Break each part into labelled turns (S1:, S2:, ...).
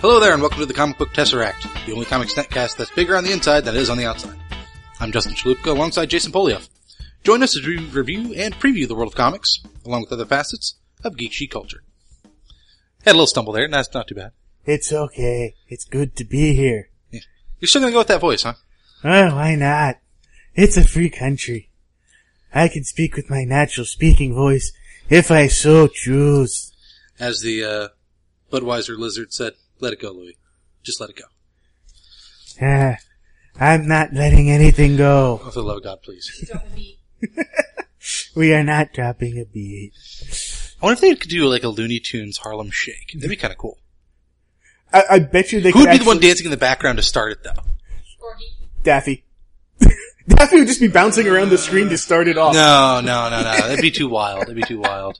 S1: Hello there and welcome to the Comic Book Tesseract, the only comic cast that's bigger on the inside than it is on the outside. I'm Justin Chalupka alongside Jason Polioff. Join us as we review and preview the world of comics, along with other facets of geek she culture. Had a little stumble there, and that's not too bad.
S2: It's okay. It's good to be here.
S1: You're still gonna go with that voice, huh?
S2: Oh, why not? It's a free country. I can speak with my natural speaking voice if I so choose.
S1: As the uh, Budweiser lizard said, "Let it go, Louis. Just let it go.
S2: Ah, I'm not letting anything go.
S1: Oh, for the love of God, please."
S2: We are not dropping a beat.
S1: I wonder if they could do like a Looney Tunes Harlem Shake. That'd be kind of cool.
S2: I, I bet you they
S1: Who would
S2: could
S1: be the one
S2: actually-
S1: dancing in the background to start it, though?
S2: Daffy. Daffy would just be bouncing around the screen to start it off.
S1: No, no, no, no. That'd be too wild. That'd be too wild.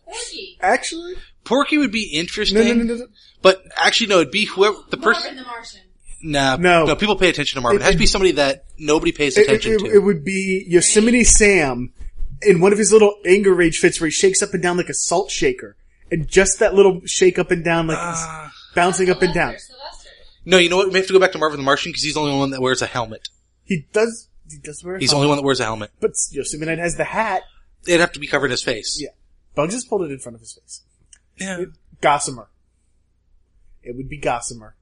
S2: Actually,
S1: Porky would be interesting.
S2: no, no, no, no, no.
S1: But actually, no, it'd be whoever the person.
S3: Marvin the Martian.
S1: Nah,
S2: No.
S1: no, people pay attention to Marvin. It, has to be somebody that nobody pays
S4: it,
S1: attention
S4: it-
S1: to.
S4: it would be Yosemite Sam in one of his little anger rage fits where he shakes up and down like a salt shaker. And just that little shake up and down, like he's
S1: Ah.
S4: bouncing up and down.
S3: Sylvester.
S1: no, you know what? We have to go back to Marvin the Martian because he's the only one that wears a helmet.
S4: He does, he does wear a
S1: He's the
S4: helmet,
S1: only one that wears a helmet.
S4: but Yosemite Knight has the hat.
S1: It'd have to be covered in his face.
S4: Yeah. Bugs just pulled it in front of his face.
S1: Yeah.
S4: Gossamer. It would be Gossamer.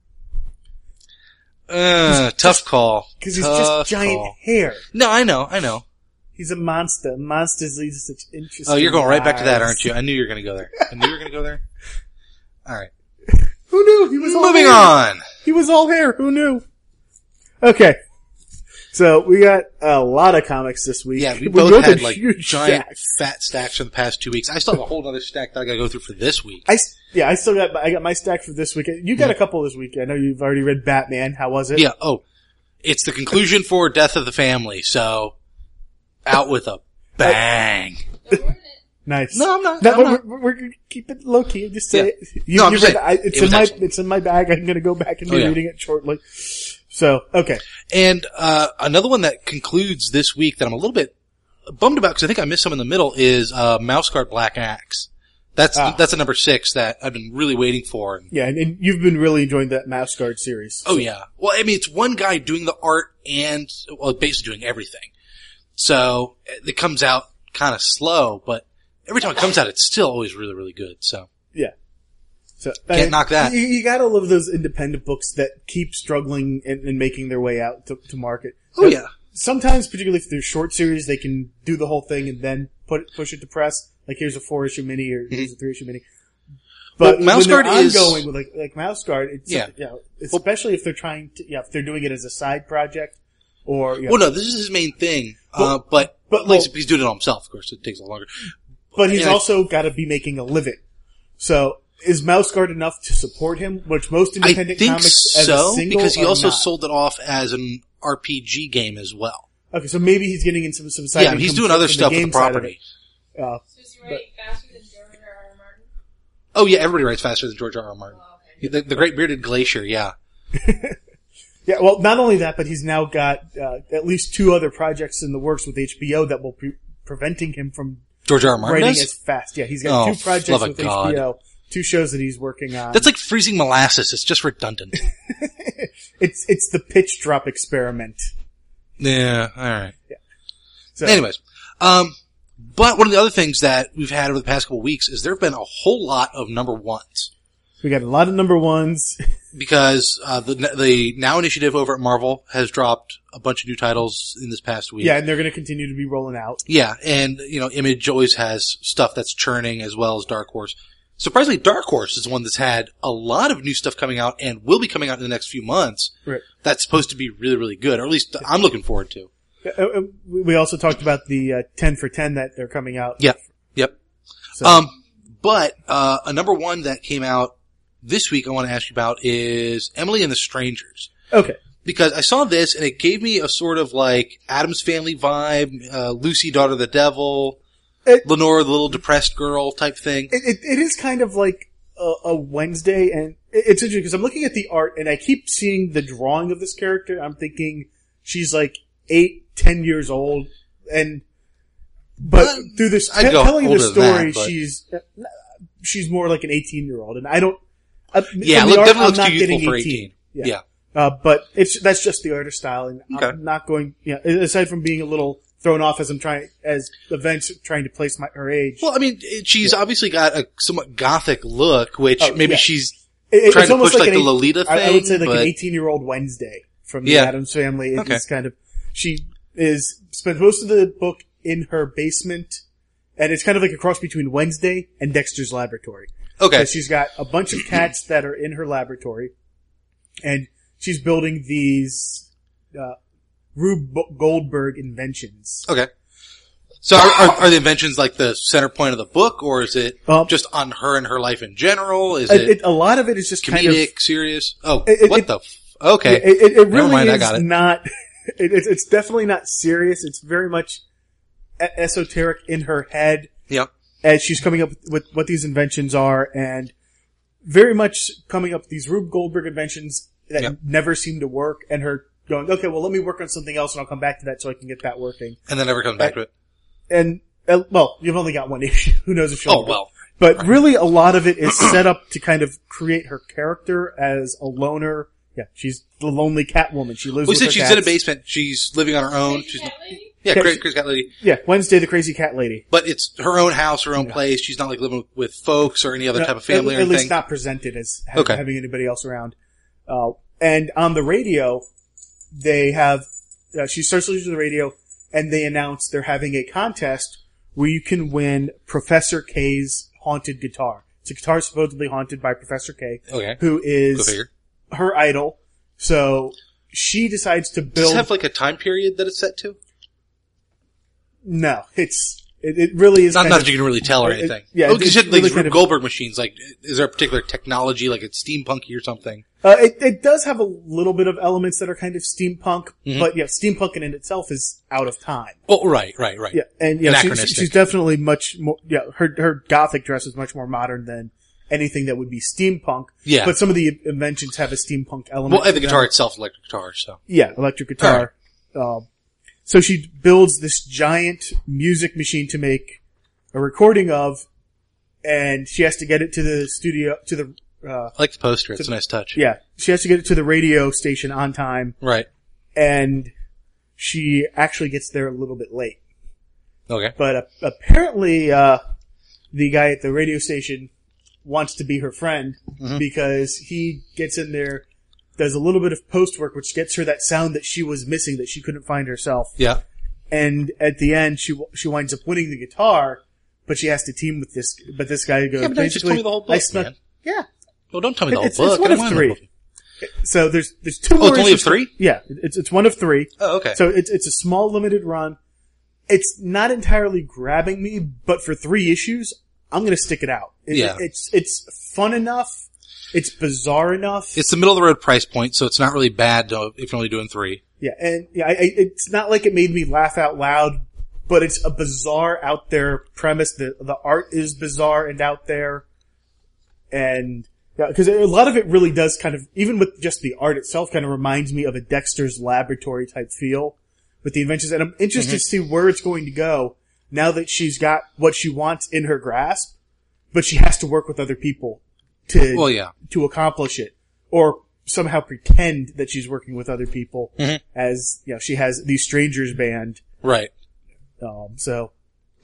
S1: Uh, tough call.
S4: Cause he's
S1: Tough
S4: just giant
S1: call.
S4: hair.
S1: No, I know, I know.
S4: He's a monster. Monsters lead to such interesting
S1: Oh, you're going right back to that,
S4: lives.
S1: aren't you? I knew you were going to go there. I knew you were going to go there. All right.
S4: Who knew? He was all
S1: Moving
S4: hair.
S1: on.
S4: He was all hair. Who knew? Okay. So we got a lot of comics this week.
S1: Yeah, we both
S4: wrote
S1: had
S4: a
S1: like
S4: huge
S1: giant
S4: stack.
S1: fat stacks for the past two weeks. I still have a whole other stack that I got to go through for this week.
S4: I s- yeah, I still got I got my stack for this week. You got a couple this week. I know you've already read Batman. How was it?
S1: Yeah. Oh, it's the conclusion for Death of the Family. So, out with a bang.
S3: Don't ruin it.
S4: nice.
S1: No, I'm not.
S4: No,
S1: I'm
S4: we're,
S1: not.
S4: we're, we're gonna keep it low key. Just say you,
S1: No, I'm
S4: you
S1: just
S4: read-
S1: saying,
S4: I, it's
S1: it
S4: in
S1: was
S4: my
S1: excellent.
S4: it's in my bag. I'm gonna go back and be
S1: Oh, yeah.
S4: reading it shortly. So okay,
S1: And uh, another one that concludes this week that I'm a little bit bummed about because I think I missed some in the middle is uh, Mouse Guard Black Axe. That's
S4: Ah.
S1: that's a number six that I've been really waiting for. And,
S4: yeah, and, and you've been really enjoying that Mouse Guard series.
S1: oh yeah. Well, I mean, it's one guy doing the art and well, basically doing everything. So it comes out kind of slow, but every time it comes out, it's still always really really good. So
S4: So,
S1: Can't knock that.
S4: You, you gotta love those independent books that keep struggling and, and making their way out to, to market.
S1: oh yeah.
S4: Sometimes, particularly if they're short series, they can do the whole thing and then put it, push it to press. Like here's a four issue mini or here's a three issue mini. But
S1: Mm-hmm. Well, Mouse
S4: when they're
S1: Guard is-
S4: ongoing with like like Mouse Guard, it's
S1: Yeah.
S4: yeah. especially if they're trying to yeah, if they're doing it as a side project or you know,
S1: Well, no, this is his main thing. uh,
S4: Well,
S1: but
S4: but,
S1: like,
S4: well-
S1: he's doing it all himself. Of course, it takes a lot longer.
S4: but he's
S1: yeah.
S4: also got to be making a living. So is Mouse Guard enough to support him? Which most
S1: I
S4: independent
S1: think
S4: comics as a
S1: so
S4: single
S1: because he
S4: are
S1: also
S4: not.
S1: sold it off as an RPG game as well.
S4: Okay, so maybe he's getting in some some side.
S1: yeah, I mean, he's
S4: income
S1: doing other
S4: from
S1: stuff with
S4: game
S1: the
S4: side of
S1: property.
S4: it. Uh,
S3: So is he writing faster than George R. R. Martin?
S1: Oh yeah, everybody writes faster than George R. R. Martin.
S3: Oh, okay.
S1: The, the Great Bearded Glacier. Yeah,
S4: yeah, well, not only that, but he's now got uh, at least two other projects in the works with HBO that will be preventing him from
S1: George R. R. Martin.
S4: writing
S1: does?
S4: as fast. Yeah, he's got
S1: Oh,
S4: two
S1: for love
S4: projects
S1: of
S4: with
S1: God.
S4: HBO, two shows that he's working on.
S1: That's like freezing molasses. It's just redundant.
S4: it's it's the pitch drop experiment.
S1: yeah. All right.
S4: So,
S1: Anyways, um, but one of the other things that we've had over the past couple weeks is there have been a whole lot of number ones.
S4: we got a lot of number ones.
S1: because uh, the the Now initiative over at Marvel has dropped a bunch of new titles in this past week.
S4: Yeah, and they're going to continue to be rolling out.
S1: yeah, and you know, Image always has stuff that's churning as well as Dark Horse. Surprisingly, Dark Horse is one that's had a lot of new stuff coming out and will be coming out in the next few months.
S4: Right.
S1: That's supposed to be really, really good, or at least I'm looking forward to.
S4: Uh, uh, We also talked about the uh, ten for ten that they're coming out.
S1: Yeah. Yep.
S4: So-
S1: Um, but uh, a number one that came out this week I want to ask you about is Emily and the Strangers.
S4: Okay.
S1: because I saw this and it gave me a sort of like Adam's Family vibe, uh, Lucy, daughter of the devil,
S4: It-
S1: Lenore, the little depressed girl type thing.
S4: it, it, it is kind of like a, a Wednesday, and it, it's interesting because I'm looking at the art and I keep seeing the drawing of this character. I'm thinking she's like eight, ten years old, and but
S1: Uh,
S4: through this
S1: I'd
S4: te-
S1: go
S4: telling the
S1: older than that,
S4: story,
S1: but-
S4: she's she's more like an 18 year old, and I don't. Uh,
S1: Yeah,
S4: from
S1: look,
S4: the art,
S1: definitely
S4: I'm
S1: looks
S4: not
S1: too youthful
S4: getting
S1: for 18.
S4: Yeah.
S1: Yeah.
S4: Uh, but it's that's just the artist style, and
S1: Okay.
S4: I'm not going. Yeah, aside from being a little thrown off as I'm trying as events trying to place my her age.
S1: Well, I mean, it- she's obviously got a somewhat gothic look, which
S4: Oh,
S1: maybe
S4: yeah.
S1: she's
S4: It- it's
S1: trying to
S4: almost
S1: push like,
S4: an
S1: the
S4: eight-
S1: Lolita thing.
S4: I, I would say like
S1: but-
S4: an 18 year old Wednesday from
S1: Yeah.
S4: the Adams family. It
S1: Okay.
S4: is kind of she is spends most of the book in her basement, and it's kind of like a cross between Wednesday and Dexter's Laboratory.
S1: okay,
S4: So she's got a bunch of cats that are in her laboratory, and she's building these uh, Rube Bo- Goldberg inventions.
S1: okay. So are, are, are the inventions like the center point of the book, or is it
S4: Um,
S1: just on her and her life in general? Is
S4: it,
S1: it,
S4: it- a lot of it is just
S1: comedic,
S4: kind of it,
S1: serious? Oh,
S4: It- it-
S1: what
S4: it-
S1: the? F- okay,
S4: it, it really
S1: mind, I
S4: is
S1: got it.
S4: not. It, it's it's definitely not serious. It's very much e- esoteric in her head
S1: yeah,
S4: as she's coming up with what these inventions are, and very much coming up with these Rube Goldberg inventions that
S1: Yeah.
S4: never seem to work, and her going, okay, well, let me work on something else, and I'll come back to that so I can get that working.
S1: and then never comes back to it.
S4: and uh, well, you've only got one issue. Who knows if she'll?
S1: Oh well,
S4: but really, a lot of it is set up to kind of create her character as a loner. Yeah, she's the lonely cat woman. She lives.
S1: we
S4: with
S1: said
S4: her
S1: she's
S4: cats.
S1: in a basement. She's living on her own.
S3: Crazy
S1: She's
S3: cat lady?
S1: yeah,
S4: Yeah,
S1: Chris,
S4: she-
S1: Chris got lady,
S4: Yeah, Wednesday, the crazy cat lady.
S1: but it's her own house, her own place. She's not like living with folks or any other
S4: No,
S1: type of family or
S4: at, at least
S1: anything.
S4: not presented as ha-
S1: Okay.
S4: having anybody else around. Uh, and on the radio, they have uh, she starts listening to the radio, and they announce they're having a contest where you can win Professor K's haunted guitar. It's a guitar supposedly haunted by Professor K,
S1: Okay,
S4: who
S1: go
S4: is
S1: figure.
S4: her idol. So she decides to
S1: Does
S4: build.
S1: it have like a time period that it's set to?
S4: no, it's it, it really is
S1: Not,
S4: kind
S1: not
S4: of-
S1: that you can really tell or
S4: it- it-
S1: anything.
S4: yeah,
S1: oh,
S4: it-
S1: 'cause you
S4: it's
S1: said, like
S4: really
S1: these
S4: kind of-
S1: Goldberg machines. Like, is there a particular technology, like it's steampunky or something?
S4: Uh, it, it does have a little bit of elements that are kind of steampunk,
S1: Mhm.
S4: but yeah, steampunk in it itself is out of time.
S1: Oh, right, right, right.
S4: Yeah, and yeah, she,
S1: Anachronistic.
S4: she's definitely much more. Yeah, her her gothic dress is much more modern than anything that would be steampunk.
S1: Yeah.
S4: but some of the inventions have a steampunk element.
S1: Well, and the
S4: to them.
S1: guitar itself, electric guitar. So
S4: Yeah, electric guitar. Um, so she builds this giant music machine to make a recording of, and she has to get it to the studio to the uh,
S1: I like the poster. It's a nice touch.
S4: yeah she has to get it to the radio station on time,
S1: Right.
S4: and she actually gets there a little bit late.
S1: Okay.
S4: But uh, apparently, uh, the guy at the radio station wants to be her friend
S1: Mhm.
S4: because he gets in there, does a little bit of post work, which gets her that sound that she was missing that she couldn't find herself.
S1: Yeah.
S4: and at the end she w- she winds up winning the guitar, but she has to team with this. But this guy goes
S1: Yeah, but now you just told
S4: basically,
S1: me the whole book,
S4: I snuck-
S1: man.
S4: Yeah,
S1: Well, don't tell me the whole
S4: It's-
S1: book.
S4: it's one
S1: I
S4: of
S1: don't mind
S4: three.
S1: the book.
S4: so there's there's two.
S1: Oh,
S4: more
S1: it's only of
S4: issues-
S1: three.
S4: Yeah, it- it's it's one of three.
S1: Oh, okay.
S4: So it's it's a small limited run. It's not entirely grabbing me, but for three issues, I'm gonna stick it out. It-
S1: Yeah.
S4: it's it's fun enough. It's bizarre enough.
S1: it's the middle of the road price point, so it's not really bad to, if you're only doing three.
S4: yeah, and yeah, I, I, it's not like it made me laugh out loud, but it's a bizarre out there premise. The the art is bizarre and out there, and yeah, because a lot of it really does kind of even with just the art itself kind of reminds me of a Dexter's Laboratory type feel with the inventions, and I'm interested to see where it's going to go now that she's got what she wants in her grasp, but she has to work with other people to
S1: Well, yeah.
S4: to accomplish it or somehow pretend that she's working with other people
S1: Mhm.
S4: as you know she has the strangers band
S1: Right.
S4: um, so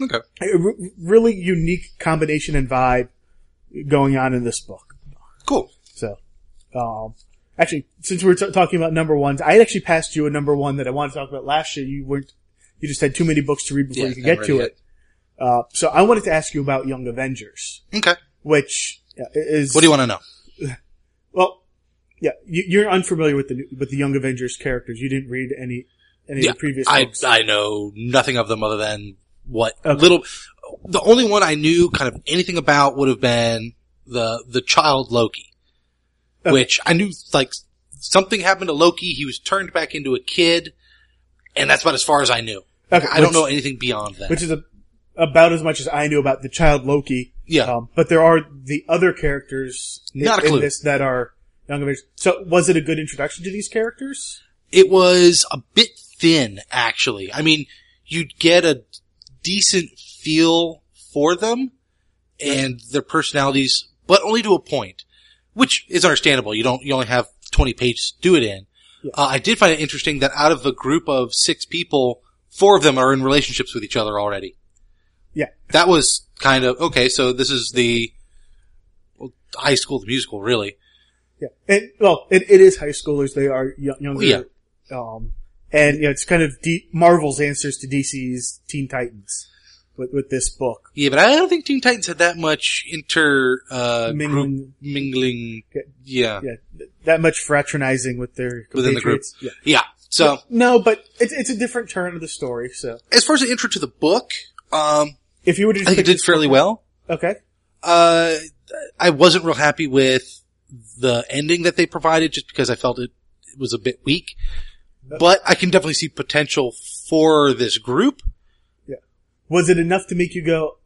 S1: Okay.
S4: a r- really unique combination and vibe going on in this book
S1: Cool.
S4: so um, actually since we're t- talking about number ones i had actually passed you a number one that i wanted to talk about last year you weren't you just had too many books to read before
S1: Yeah,
S4: you could
S1: haven't
S4: get to
S1: read
S4: it uh, so i wanted to ask you about young avengers
S1: Okay.
S4: which uh, is
S1: What do you want to know?
S4: Well, yeah, you, you're unfamiliar with the with the Young Avengers characters. You didn't read any any
S1: Yeah,
S4: of the previous
S1: I,
S4: books.
S1: I know nothing of them other than what
S4: Okay.
S1: little. The only one I knew kind of anything about would have been the the child Loki,
S4: Okay.
S1: which I knew like something happened to Loki. He was turned back into a kid, and that's about as far as I knew.
S4: Okay,
S1: I don't
S4: which-
S1: know anything beyond that.
S4: which is a, about as much as I knew about the child Loki.
S1: yeah,
S4: Um, but there are the other characters in,
S1: Not a
S4: in
S1: clue.
S4: this that are Young Avengers. So was it a good introduction to these characters?
S1: it was a bit thin actually. I mean, you'd get a decent feel for them and their personalities, but only to a point. which is understandable. You don't, you only have 20 pages to do it in. Uh, I did find it interesting that out of a group of six people, four of them are in relationships with each other already.
S4: Yeah.
S1: That was kind of, okay, so this is the well, high school, the musical, really.
S4: Yeah, and well, it, it is high schoolers. They are young, younger.
S1: Oh, Yeah.
S4: Um, and you know, it's kind of D- Marvel's answers to DC's Teen Titans with, with this book.
S1: Yeah, but I don't think Teen Titans had that much inter, uh, group
S4: Mingling,
S1: mingling.
S4: Okay.
S1: Yeah.
S4: yeah, th- that much fraternizing with their
S1: Within the group.
S4: compatriots. Yeah.
S1: Yeah. So.
S4: No, but it's it's a different turn of the story. So
S1: as far as the intro to the book, um,
S4: if you were
S1: I
S4: to just
S1: think it
S4: pick-
S1: did fairly well.
S4: okay,
S1: Uh, I wasn't real happy with the ending that they provided just because I felt it was a bit weak, but I can definitely see potential for this group.
S4: was it enough to make you go?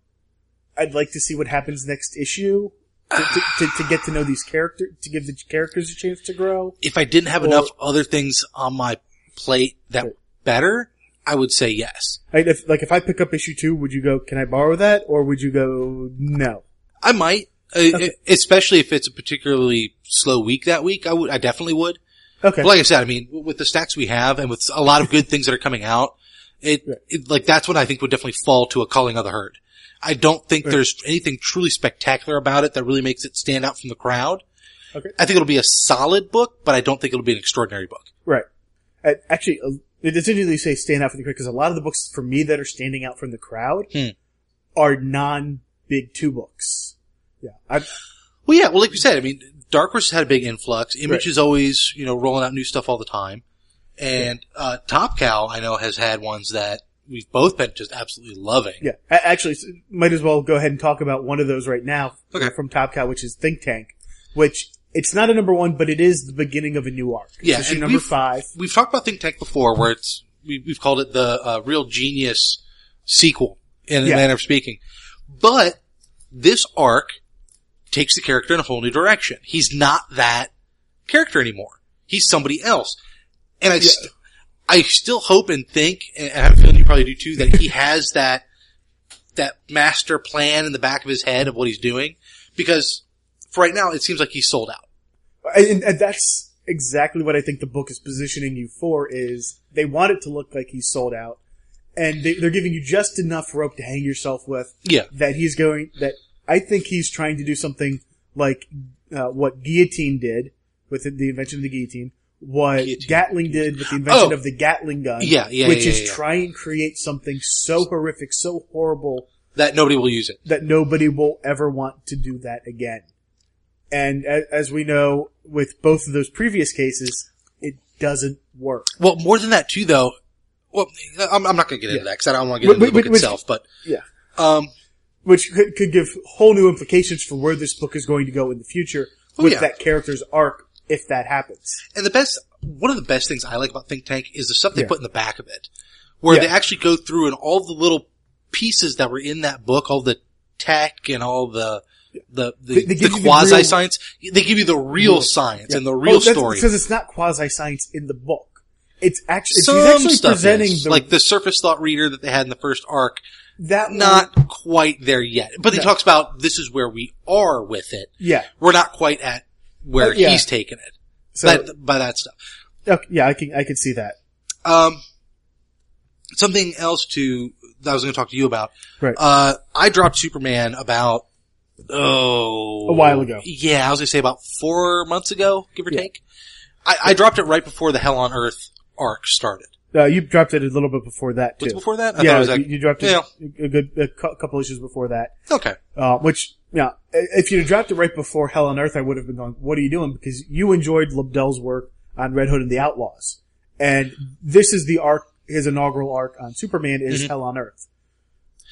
S4: I'd like to see what happens next issue to, to, to, to get to know these characters, to give the characters a chance to grow.
S1: If I didn't have
S4: Or-
S1: enough other things on my plate that were better, I would say yes.
S4: I, if, like if I pick up issue two, would you go? Can I borrow that, or would you go? No.
S1: I might, uh, especially if it's a particularly slow week that week. I would, I definitely would.
S4: Okay.
S1: But like I said, I mean, w- with the stacks we have and with a lot of good things that are coming out, it,
S4: Right.
S1: it like that's what I think would definitely fall to a calling of the herd. I don't think
S4: Right.
S1: there's anything truly spectacular about it that really makes it stand out from the crowd.
S4: Okay.
S1: I think it'll be a solid book, but I don't think it'll be an extraordinary book.
S4: right. I, actually, uh, it doesn't usually say stand out from the crowd because a lot of the books for me that are standing out from the crowd
S1: Hmm.
S4: are non big two books. Yeah. I,
S1: Well, yeah, well, like you said, I mean, Dark Horse had a big influx. Image is always, you know, rolling out new stuff all the time. And, uh, Top Cow, I know, has had ones that we've both been just absolutely loving.
S4: yeah. A- actually, s- might as well go ahead and talk about one of those right now
S1: Okay.
S4: from Top Cow, which is Think Tank, which it's not a number one, but it is the beginning of a new arc. It's
S1: Yeah,
S4: issue
S1: and
S4: number
S1: we've-
S4: five.
S1: we've talked about Think Tank before, where it's we, we've called it the uh, real genius sequel in
S4: Yeah.
S1: a manner of speaking. But this arc takes the character in a whole new direction. He's not that character anymore. He's somebody else, and I, st- I still hope and think, and I have a feeling you probably do too, that he has that that master plan in the back of his head of what he's doing, because for right now it seems like he's sold out.
S4: And, and that's exactly what I think the book is positioning you for is they want it to look like he's sold out and they, they're giving you just enough rope to hang yourself with
S1: Yeah,
S4: that he's going, that I think he's trying to do something like, uh, what guillotine did with the, the invention of the guillotine, what
S1: Guillotine.
S4: Gatling did with the invention
S1: Oh.
S4: of the Gatling gun,
S1: Yeah, yeah,
S4: which
S1: yeah,
S4: is
S1: yeah, yeah.
S4: try and create something so horrific, so horrible
S1: that nobody will use it.
S4: that nobody will ever want to do that again. And as, as we know, with both of those previous cases, it doesn't work.
S1: Well, more than that too, though. Well, I'm, I'm not going to get into
S4: Yeah.
S1: that because I don't want to get
S4: Wait,
S1: into the
S4: wait,
S1: book
S4: wait,
S1: itself. But
S4: Yeah.
S1: um,
S4: Which could, could give whole new implications for where this book is going to go in the future
S1: Oh,
S4: with
S1: yeah.
S4: that character's arc if that happens.
S1: and the best, one of the best things I like about Think Tank is the stuff they
S4: Yeah.
S1: put in the back of it, where
S4: Yeah.
S1: they actually go through and all the little pieces that were in that book, all the tech and all the the the,
S4: They- they give you the real-
S1: quasi science. They give you the real
S4: Real-
S1: science and the
S4: Yeah.
S1: real
S4: Oh, that's
S1: story.
S4: Because it's not quasi science in the book. It's actually, it's, he's
S1: Some
S4: actually
S1: stuff
S4: presenting
S1: is,
S4: the,
S1: like the surface thought reader that they had in the first arc,
S4: that one-
S1: not quite there yet. But he
S4: No.
S1: talks about this is where we are with it.
S4: yeah.
S1: we're not quite at where
S4: Uh, yeah.
S1: he's taken it
S4: So,
S1: that, by that stuff.
S4: okay, yeah, I can, I can see that.
S1: Um, something else to that I was going to talk to you about.
S4: Right.
S1: Uh, I dropped Superman about oh
S4: A while ago.
S1: Yeah, I was going to say about four months ago, give or
S4: Yeah.
S1: take. I, I dropped it right before the Hell on Earth arc started.
S4: Uh, you dropped it a little bit before that too.
S1: What's before that? I
S4: yeah,
S1: thought it was like,
S4: you, you dropped it
S1: yeah.
S4: a good a cou- couple issues before that.
S1: okay.
S4: Uh, which, yeah, if you'd have dropped it right before Hell on Earth, I would have been going, what are you doing? Because you enjoyed Lobdell's work on Red Hood and the Outlaws. And this is the arc, his inaugural arc on Superman is
S1: Mhm.
S4: Hell on Earth.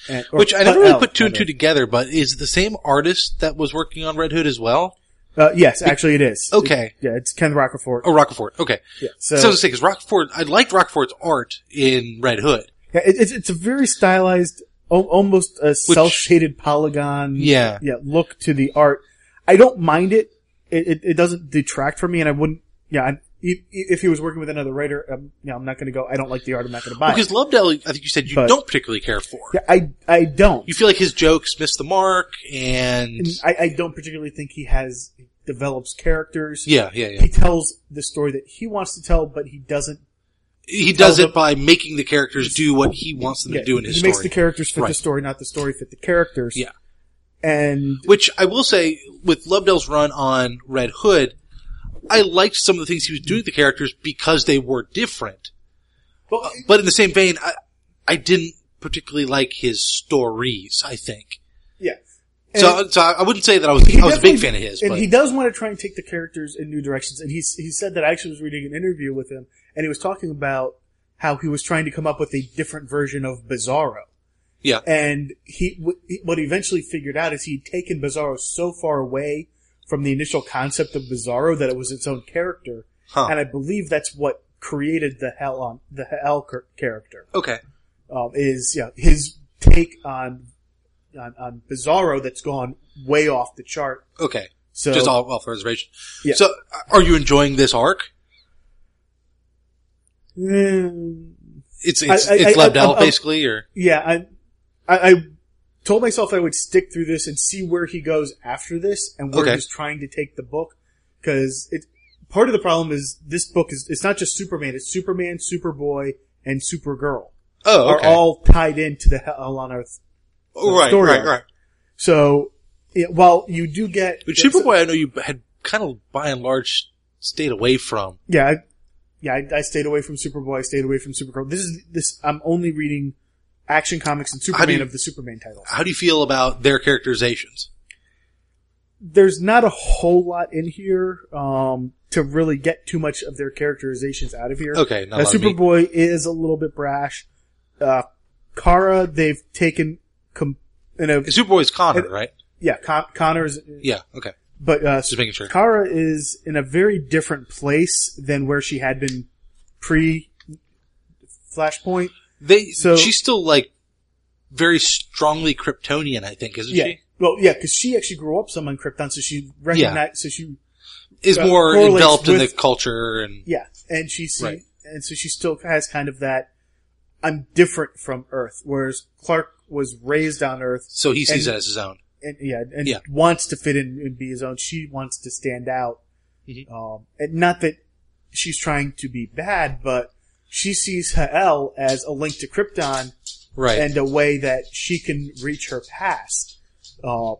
S4: And- or
S1: Which I never really
S4: Hell
S1: put two
S4: on
S1: and two
S4: Earth.
S1: together, but is it the same artist that was working on Red Hood as well?
S4: Uh, yes, actually it is.
S1: Okay.
S4: yeah, it's Ken Rockerfort.
S1: Oh, Rockford. Okay.
S4: Yeah,
S1: So, I
S4: so
S1: was going to say, 'cause Rockford, I liked Rockford's art in Red Hood.
S4: yeah, it, it's, it's a very stylized, al- almost a cel-shaded polygon.
S1: Yeah.
S4: yeah, look to the art. I don't mind it. It, it, it doesn't detract from me, and I wouldn't. Yeah, I, if, if he was working with another writer, um, yeah, I'm not going to go. I don't like the art. I'm not going to buy
S1: Because
S4: it.
S1: Lovedell, I think you said you
S4: But-
S1: don't particularly care for.
S4: Yeah, I I don't.
S1: You feel like his jokes miissed the mark, and
S4: And I, I don't particularly think he has develops characters.
S1: Yeah, yeah, yeah.
S4: He tells the story that he wants to tell, but he doesn't.
S1: He does
S4: tells
S1: it by making the characters do what he wants them
S4: yeah,
S1: to do in his
S4: he
S1: story.
S4: makes the characters fit the
S1: Right.
S4: story, not the story fit the characters.
S1: Yeah.
S4: And
S1: Which I will say, with Lovedell's run on Red Hood, I liked some of the things he was doing with the characters because they were different.
S4: well,
S1: uh, But in the same vein, I, I didn't particularly like his stories, I think.
S4: yeah.
S1: so, so I wouldn't say that I was, I was a big
S4: definitely-
S1: fan of his,
S4: And
S1: but
S4: he does want to try and take the characters in new directions. And he's, he said that I actually was reading an interview with him, and he was talking about how he was trying to come up with a different version of Bizarro.
S1: yeah.
S4: And he, wh- he- what he eventually figured out is he'd taken Bizarro so far away from the initial concept of Bizarro that it was its own character.
S1: Huh.
S4: And I believe that's what created the hell on the hell char- character
S1: Okay.
S4: um, is yeah his take on, on on Bizarro that's gone way off the chart.
S1: Okay.
S4: So
S1: Just all off the reservation.
S4: Yeah.
S1: So are you enjoying this arc?
S4: Mm,
S1: It's, it's,
S4: I- I-
S1: it's
S4: I-
S1: Lovedell
S4: I'm- I'm-
S1: basically, or?
S4: yeah, I, I, I told myself I would stick through this and see where he goes after this and where
S1: Okay.
S4: he's trying to take the book. Cause it, part of the problem is this book is, it's not just Superman, it's Superman, Superboy, and Supergirl
S1: Oh, okay.
S4: are all tied into the Hell on Earth.
S1: Oh, right,
S4: story
S1: right,
S4: arc.
S1: right.
S4: So, yeah, while you do get,
S1: But Superboy, I know you had kind of by and large stayed away from.
S4: yeah, I, yeah, I, I stayed away from Superboy, I stayed away from Supergirl. This is, this, I'm only reading Action Comics and
S1: do
S4: Superman
S1: you-
S4: of the Superman titles.
S1: How do you feel about their characterizations?
S4: there's not a whole lot in here um, to really get too much of their characterizations out of here.
S1: Okay,
S4: now,
S1: not on me.
S4: Superboy is a little bit brash. Uh, Kara, they've taken com- in a
S1: Superboy's Connor, right?
S4: yeah Con- Connor's
S1: Yeah, okay.
S4: but uh,
S1: Just making sure.
S4: Kara is in a very different place than where she had been pre Flashpoint.
S1: They,
S4: so-
S1: she's still like very strongly Kryptonian, I think, isn't
S4: Yeah,
S1: she?
S4: well, yeah, because she actually grew up some on Krypton, so she recognized. So she
S1: Is
S4: Uh,
S1: more
S4: correlates
S1: enveloped in the
S4: with-
S1: culture and
S4: Yeah, and she see,
S1: Right.
S4: and so she still has kind of that I'm different from Earth, whereas Clark was raised on Earth,
S1: so he sees
S4: And-
S1: it as his own.
S4: and yeah, and
S1: Yeah.
S4: wants to fit in and be his own. She wants to stand out,
S1: Mhm.
S4: um, and not that she's trying to be bad, but she sees Ha'el as a link to Krypton
S1: Right.
S4: and a way that she can reach her past. Uh,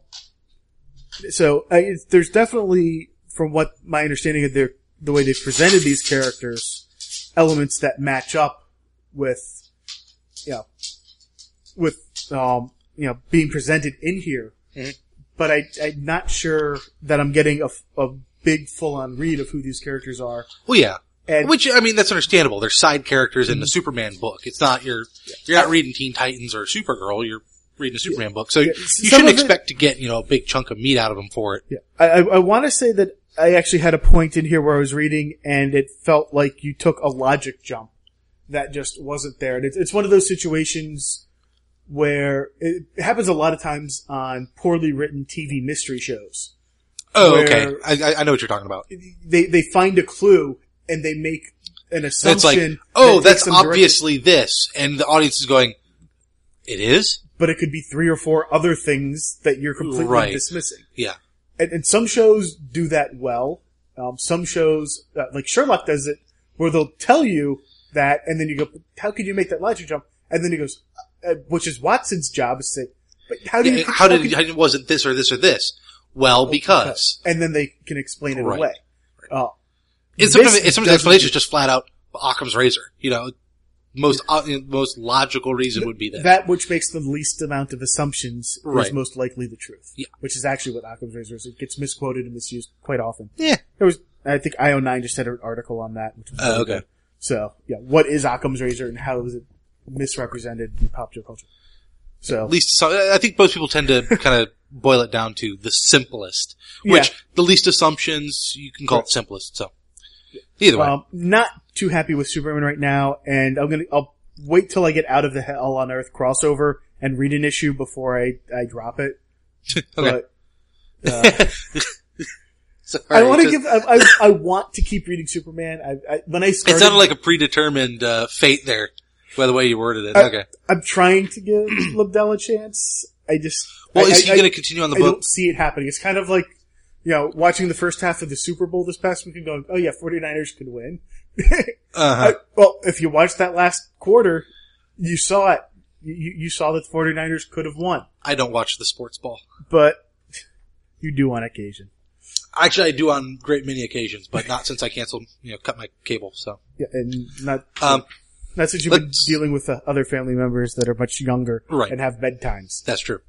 S4: so I, it's- there's definitely, from what my understanding of their, the way they presented these characters, elements that match up with, you know, with, um, you know, being presented in here.
S1: Mhm.
S4: But I, I'm not sure that I'm getting a, f- a big full on read of who these characters are.
S1: well, yeah.
S4: And Mhm.
S1: Which I mean, that's understandable. They're side characters in the Superman book. It's not your you're not reading Teen Titans or Supergirl. You're reading a Superman book, so
S4: Yeah,
S1: you
S4: s- some
S1: shouldn't
S4: of it-
S1: expect to get you know a big chunk of meat out of them for it.
S4: Yeah. I, I, I want to say that I actually had a point in here where I was reading and it felt like you took a logic jump that just wasn't there. And it's, it's one of those situations where it happens a lot of times on poorly written TV mystery shows.
S1: Oh,
S4: Where-
S1: okay. I, I- I know what you're talking about.
S4: They, they find a clue and they make an assumption.
S1: It's like,
S4: that
S1: oh,
S4: takes
S1: that's
S4: them directly-
S1: obviously this, and the audience is going, it is.
S4: but it could be three or four other things that you're completely
S1: Right.
S4: dismissing.
S1: Yeah.
S4: and, and some shows do that well. Um, some shows, uh, like Sherlock does it, where they'll tell you that, and then you go, "How could you make that logic jump?" And then he goes, uh, "Which is Watson's job is to." But how do
S1: Yeah,
S4: you?
S1: how did
S4: could-
S1: how did- was it this or this or this? Well, because
S4: And then they can explain it
S1: Right.
S4: away. Uh,
S1: it's sometimes
S4: This
S1: it's sometimes
S4: doesn't-
S1: the explanation is just flat out Occam's razor. You know, most uh, most logical reason would be that.
S4: that which makes the least amount of assumptions
S1: Right.
S4: is most likely the truth.
S1: Yeah.
S4: Which is actually what Occam's razor is. It gets misquoted and misused quite often.
S1: yeah.
S4: There was, I think IO9 just had an article on that. Which was
S1: Oh,
S4: really
S1: okay.
S4: good. So, yeah, what is Occam's razor and how is it misrepresented in popular culture? So,
S1: At least assu- I think most people tend to kind of boil it down to the simplest, which
S4: Yeah.
S1: the least assumptions you can call it simplest. So either way,
S4: um, not too happy with Superman right now, and I'm gonna, I'll wait till I get out of the Hell on Earth crossover and read an issue before I, I drop it.
S1: okay.
S4: But I want to give, I, I, I want to keep reading Superman. I, I when I
S1: It
S4: started,
S1: sounded like a predetermined uh, fate there, by the way you worded it.
S4: I-
S1: okay.
S4: I'm trying to give Lobdell a chance. I just,
S1: Well,
S4: I-
S1: is
S4: I-
S1: he
S4: I-
S1: going to continue on the
S4: I
S1: book?
S4: don't see it happening. It's kind of like you know, watching the first half of the Super Bowl this past week and going, oh yeah, 49ers could win.
S1: Uh-huh.
S4: I- well, if you watched that last quarter, you saw it. You- You, you saw that the 49ers could have won,
S1: I don't watch the sports ball.
S4: but you do on occasion.
S1: Actually, I do on great many occasions, but not since I canceled, you know, cut my cable. So,
S4: Yeah, and not,
S1: um,
S4: not since you've been
S1: let's-
S4: dealing with the other family members that are much younger
S1: Right.
S4: and have bedtimes.
S1: that's true.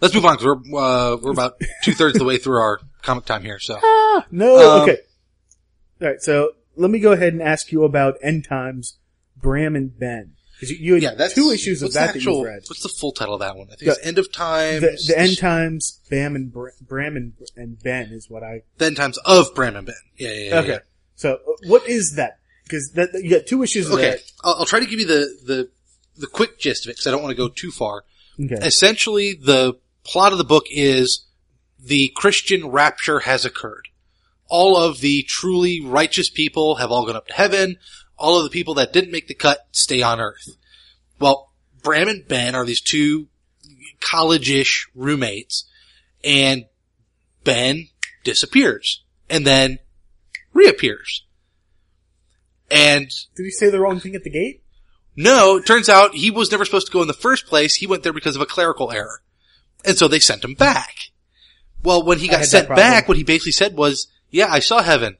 S1: Let's move on because we're uh, we're about two thirds the way through our comic time here. So,
S4: No,
S1: Um,
S4: okay. All right, so let me go ahead and ask you about End Times, Bram and Ben. 'Cause you, you had
S1: yeah, that's
S4: two issues of
S1: what's the
S4: that
S1: actual-
S4: that you've
S1: What's the full title of that one? I think
S4: The-
S1: it's End of Time.
S4: read. The, the End Times, Bam and Br- Bram and, and Ben is what I.
S1: the End Times of Bram and Ben. Yeah, yeah, yeah.
S4: Okay.
S1: yeah.
S4: So uh, what is that? Because that, that- you got two issues of
S1: Okay, I'll, I'll try to give you the the the quick gist of it because I don't want to go too far.
S4: that. Okay.
S1: essentially the plot of the book is the Christian rapture has occurred. All of the truly righteous people have all gone up to heaven. All of the people that didn't make the cut stay on earth. Well, Bram and Ben are these two college-ish roommates and Ben disappears and then reappears. And
S4: Did he say the wrong thing at the gate?
S1: no, it turns out he was never supposed to go in the first place. He went there because of a clerical error. And so they sent him back. Well, when he
S4: I
S1: got
S4: had that
S1: sent
S4: problem.
S1: back, what he basically said was, yeah, I saw heaven.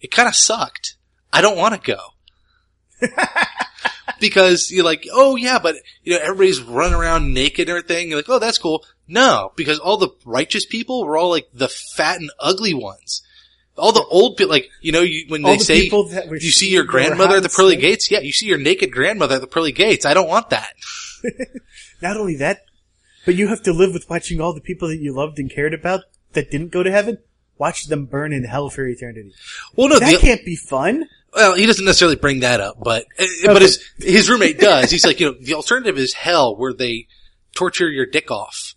S1: It kind of sucked. I don't want to go. because you're like, oh yeah, but you know, everybody's running around naked and everything. You're like, oh, that's cool. No, because all the righteous people were all like the fat and ugly ones. All the old people, like, you know, you, when
S4: All
S1: they
S4: the
S1: say,
S4: people that were
S1: you see your
S4: that were
S1: grandmother at the
S4: hot
S1: pearly
S4: and
S1: gates? Yeah, you see your naked grandmother at the pearly gates. I don't want that.
S4: Not only that, but you have to live with watching all the people that you loved and cared about that didn't go to heaven. Watch them burn in hell for eternity.
S1: Well, no,
S4: That
S1: the,
S4: can't be fun.
S1: well, he doesn't necessarily bring that up, but uh, but his his roommate does. He's like, you know, the alternative is hell, where they torture your dick off,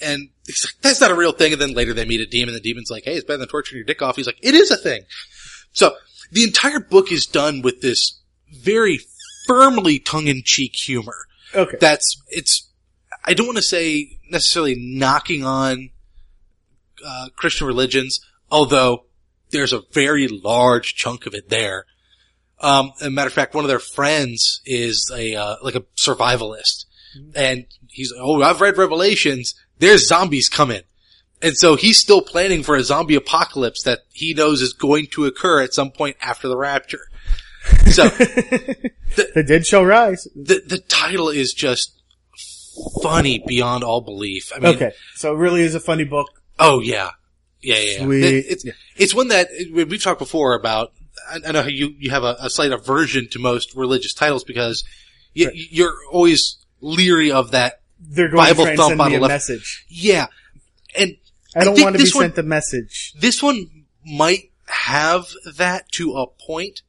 S1: and he's like, that's not a real thing. And then later they meet a demon. The demon's like, hey, it's better than torturing your dick off. He's like, it is a thing. So the entire book is done with this very firmly tongue in cheek humor.
S4: Okay.
S1: that's it's i don't want to say necessarily knocking on uh, christian religions although there's a very large chunk of it there um as a matter of fact one of their friends is a uh, like a survivalist and he's oh i've read revelations there's zombies coming and so he's still planning for a zombie apocalypse that he knows is going to occur at some point after the rapture so
S4: the dead shall rise.
S1: the the title is just funny beyond all belief. I mean,
S4: okay, so it really is a funny book.
S1: oh yeah, yeah, yeah. yeah.
S4: Sweet.
S1: It- it's
S4: Yeah.
S1: it's one that it- we- we've talked before about. I, I know how you you have a, a slight aversion to most religious titles because you,
S4: Right.
S1: you're always leery of that.
S4: They're going
S1: Bible
S4: to try and
S1: thump
S4: send
S1: on
S4: me
S1: the
S4: a
S1: left.
S4: message.
S1: Yeah, and
S4: I don't
S1: think
S4: want to be
S1: this one-
S4: sent a message.
S1: this one might have that to a point,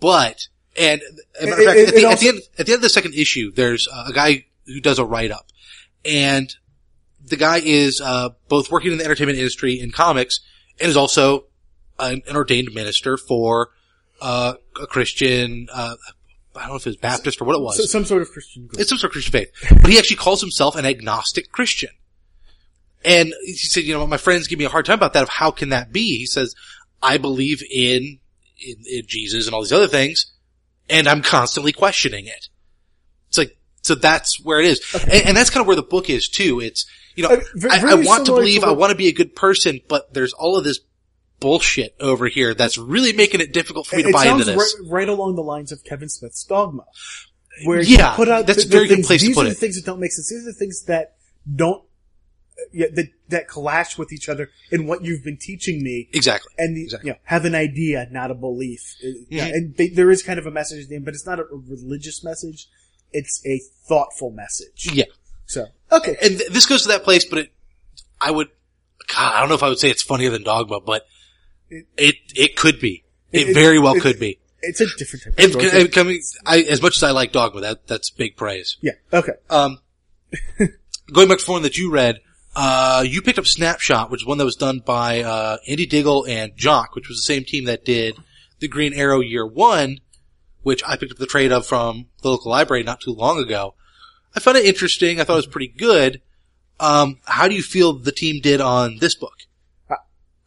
S1: but and as a matter of
S4: It-
S1: fact, at, the,
S4: it- it
S1: at the
S4: also-
S1: end at the end of the second issue, there's uh, a guy who does a write up, and the guy is uh, both working in the entertainment industry in comics and is also an, an ordained minister for uh, a Christian. Uh, I don't know if it was Baptist or what it was.
S4: So, some sort of Christian group.
S1: It's some sort of Christian faith. But he actually calls himself an agnostic Christian. And he said, you know, my friends give me a hard time about that of how can that be? He says, I believe in, in, in Jesus and all these other things, and I'm constantly questioning it. It's like, so that's where it is. And, and that's kind of where the book is too. It's, you know,
S4: Uh, ver-
S1: I, I
S4: very
S1: want to
S4: similar to
S1: believe, I
S4: what-
S1: want to be a good person, but there's all of this bullshit over here that's really making it difficult for me to
S4: it
S1: buy
S4: sounds
S1: into this.
S4: Right, right along the lines of Kevin Smith's dogma, where
S1: Yeah,
S4: he put out
S1: that's
S4: the,
S1: a very
S4: the
S1: good
S4: things,
S1: place to
S4: these
S1: put it.
S4: are the things that don't make sense. These are the things that don't yeah, that that clash with each other in what you've been teaching me.
S1: Exactly.
S4: And the,
S1: Exactly.
S4: you know, have an idea, not a belief. Uh, yeah,
S1: Mhm.
S4: And they, there is kind of a message at the end, but it's not a religious message. It's a thoughtful message.
S1: Yeah.
S4: So okay,
S1: and th- this goes to that place, but it, I would, God, I don't know if I would say it's funnier than Dogma, but it it, could be. It,
S4: It- it-
S1: very well
S4: it-
S1: could be.
S4: it's a different type of
S1: It,
S4: story.
S1: it, coming, I, as much as I like Dogma, that that's big praise.
S4: yeah. Okay.
S1: Um, going back to one that you read, uh, you picked up Snapshot, which is one that was done by uh, Andy Diggle and Jock, which was the same team that did the Green Arrow Year One, which I picked up the trade of from the local library not too long ago. I found it interesting. I thought it was pretty good. Um, how do you feel the team did on this book?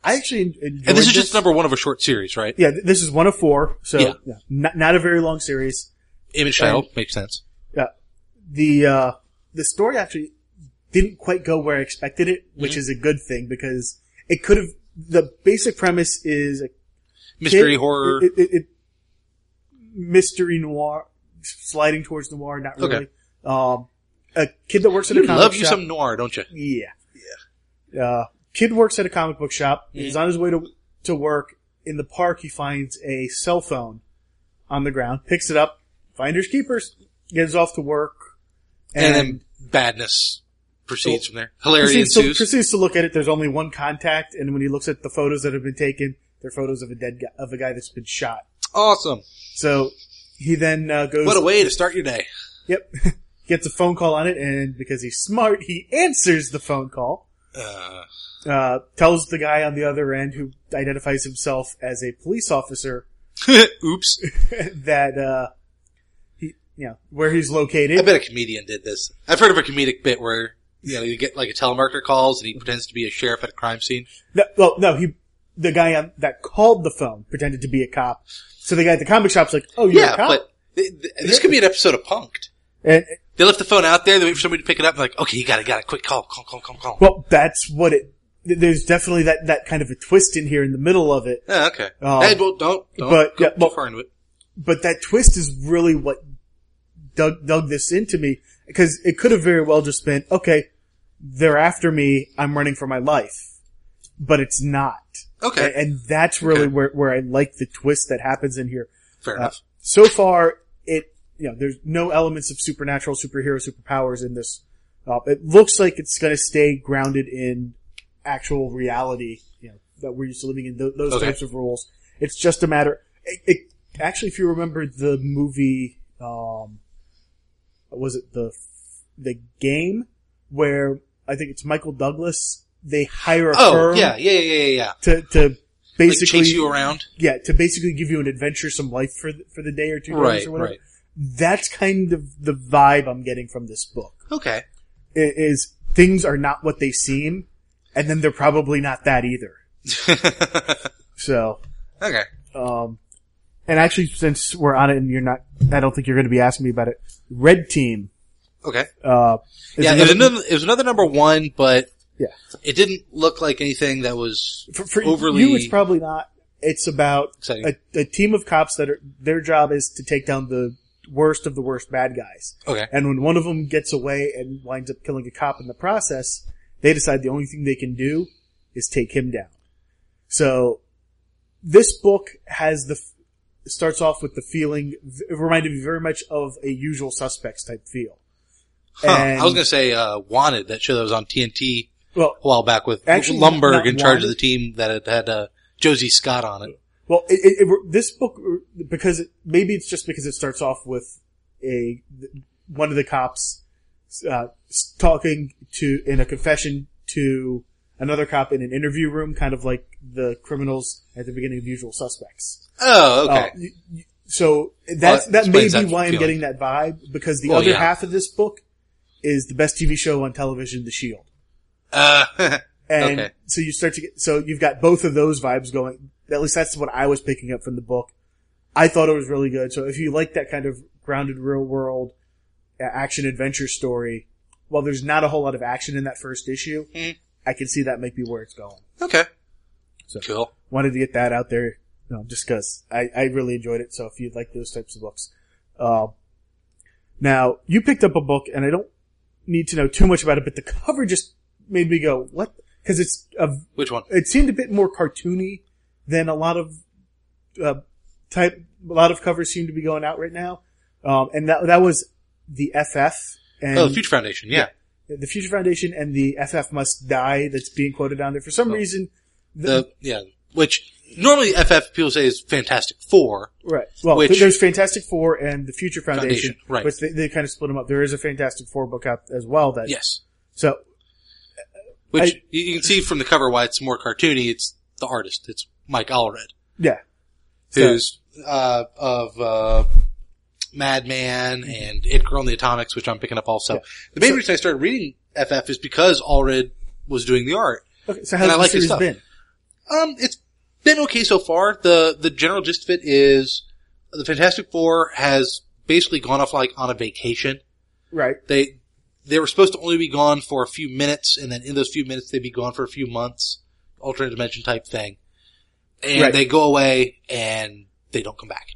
S4: I actually en- enjoyed.
S1: And this is just number one of a short series, right?
S4: Yeah, th- this is one of four, so
S1: Yeah.
S4: yeah, not, not a very long series.
S1: Image title makes sense.
S4: Yeah, the uh, the story actually didn't quite go where I expected it, which
S1: Mm-hmm.
S4: is a good thing because it could have. The basic premise is a
S1: Mystery
S4: kid-
S1: horror.
S4: it, it, it- mystery noir, sliding towards noir. Not really.
S1: Okay.
S4: Um, a kid that works at
S1: you
S4: a comic
S1: love you
S4: shop-
S1: some noir, don't you?
S4: Yeah. Yeah. Uh, kid works at a comic book shop. He's on his way to, to work. In the park, he finds a cell phone on the ground, picks it up, finders keepers, gets off to work,
S1: And, then badness proceeds from there. Hilarity
S4: proceeds, to,
S1: ensues.
S4: proceeds to look at it. There's only one contact, and when he looks at the photos that have been taken, they're photos of a dead guy, of a guy that's been shot.
S1: awesome.
S4: So he then uh, goes.
S1: What a way to start your day.
S4: Yep. Gets a phone call on it, and because he's smart, he answers the phone call.
S1: Uh,
S4: uh, tells the guy on the other end who identifies himself as a police officer
S1: oops.
S4: that uh, he, you know, where he's located.
S1: I bet a comedian did this. I've heard of a comedic bit where you know you get like a telemarketer calls and he pretends to be a sheriff at a crime scene.
S4: No, well, no, he, the guy on, that called the phone pretended to be a cop. So the guy at the comic shop's like, "Oh, you're
S1: Yeah,
S4: a cop,"
S1: but th- th- this could be an episode of Punked.
S4: and
S1: They left the phone out there. They wait for somebody to pick it up. Like, okay, you got it, got it. Quick call, call, call, call, call.
S4: well, that's what it. th- There's definitely that that kind of a twist in here in the middle of it,
S1: Yeah, okay.
S4: Um,
S1: hey, well, don't don't
S4: but,
S1: go
S4: yeah,
S1: too
S4: well-
S1: far into it.
S4: but that twist is really what dug dug this into me because it could have very well just been okay. They're after me. I'm running for my life, but it's not.
S1: Okay,
S4: And, and that's really
S1: Okay.
S4: where, where I like the twist that happens in here.
S1: fair
S4: uh,
S1: enough.
S4: So far, it, you know, there's no elements of supernatural, superhero, superpowers in this. Uh, it looks like it's going to stay grounded in actual reality, you know, that we're used to living in, th- those
S1: Okay.
S4: types of rules. It's just a matter, it, it, actually, if you remember the movie, um, was it the, the game where I think it's Michael Douglas, they hire a
S1: Oh,
S4: firm
S1: yeah, yeah, yeah, yeah, yeah.
S4: to, to,
S1: Like
S4: Basically,
S1: chase you around.
S4: yeah, to basically give you an adventuresome life for the, for the day or two days
S1: Right,
S4: or whatever.
S1: right.
S4: That's kind of the vibe I'm getting from this book.
S1: Okay.
S4: i- Is things are not what they seem, and then they're probably not that either.
S1: okay.
S4: So, um, and actually, since we're on it, and you're not, I don't think you're going to be asking me about it. Red Team,
S1: Okay.
S4: uh, is
S1: Yeah, it was,
S4: another-
S1: another, it was another number one, but
S4: Yeah.
S1: it didn't look like anything that was
S4: for, for
S1: overly-
S4: you, it's probably not. It's about
S1: exciting.
S4: a, a team of cops that are their job is to take down the worst of the worst bad guys.
S1: okay.
S4: And when one of them gets away and winds up killing a cop in the process, they decide the only thing they can do is take him down. So this book has the f- starts off with the feeling it reminded me very much of a usual suspects type feel.
S1: Huh.
S4: And-
S1: I was going to say uh, Wanted, that show that was on TNT
S4: Well,
S1: a while back with
S4: Actually,
S1: Lumberg
S4: not
S1: in charge of
S4: Wanted.
S1: the team that had, had uh, Josie Scott on it.
S4: Well, it, it, it, this book because it, maybe it's just because it starts off with a one of the cops uh, s- talking to in a confession to another cop in an interview room, kind of like the criminals at the beginning of Usual Suspects.
S1: Oh, okay.
S4: Uh, y- y- so that's
S1: Well, that
S4: that may
S1: explains
S4: be
S1: that
S4: why I'm
S1: feeling.
S4: getting that vibe because the
S1: Well,
S4: other
S1: yeah.
S4: half of this book is the best TV show on television, The Shield. Oh.
S1: Uh,
S4: And
S1: Okay.
S4: so you start to get, so you've got both of those vibes going. At least that's what I was picking up from the book. I thought it was really good. So if you like that kind of grounded real world uh, action adventure story, while there's not a whole lot of action in that first issue,
S1: Mhm.
S4: I can see that might be where it's going.
S1: okay.
S4: So-
S1: Cool.
S4: Wanted to get that out there, you know, just cause I, I really enjoyed it. So if you'd like those types of books, um, now you picked up a book and I don't need to know too much about it, but the cover just made me go, what? Cause it's a
S1: Which one?
S4: it seemed a bit more cartoony than a lot of uh, type a lot of covers seem to be going out right now. Um, and that that was the FF and
S1: oh, the Future Foundation, yeah.
S4: the Future Foundation and the FF Must Die that's being quoted on there for some
S1: Oh.
S4: reason.
S1: The, yeah. Which normally FF people say is Fantastic Four.
S4: Right. Well,
S1: Which-
S4: there's Fantastic Four and the Future Foundation,
S1: Foundation, right.
S4: But they, they kind of split them up. There is a Fantastic Four book out as well. That
S1: Yes.
S4: so
S1: Which
S4: I-
S1: you you can see from the cover why it's more cartoony. It's the artist. It's Mike Allred.
S4: yeah. So-
S1: who's uh, of uh, Madman and It Girl and the Atomics, which I'm picking up also.
S4: Yeah.
S1: The main
S4: So-
S1: reason I started reading FF is because Allred was doing the art.
S4: okay, so
S1: and I
S4: how's
S1: like
S4: the
S1: his
S4: series
S1: stuff.
S4: been?
S1: Um, it's been okay so far. The the general gist of it is the Fantastic Four has basically gone off like on a vacation.
S4: Right.
S1: They they were supposed to only be gone for a few minutes, and then in those few minutes they'd be gone for a few months, alternate dimension type thing. And
S4: Right.
S1: they go away and they don't come back.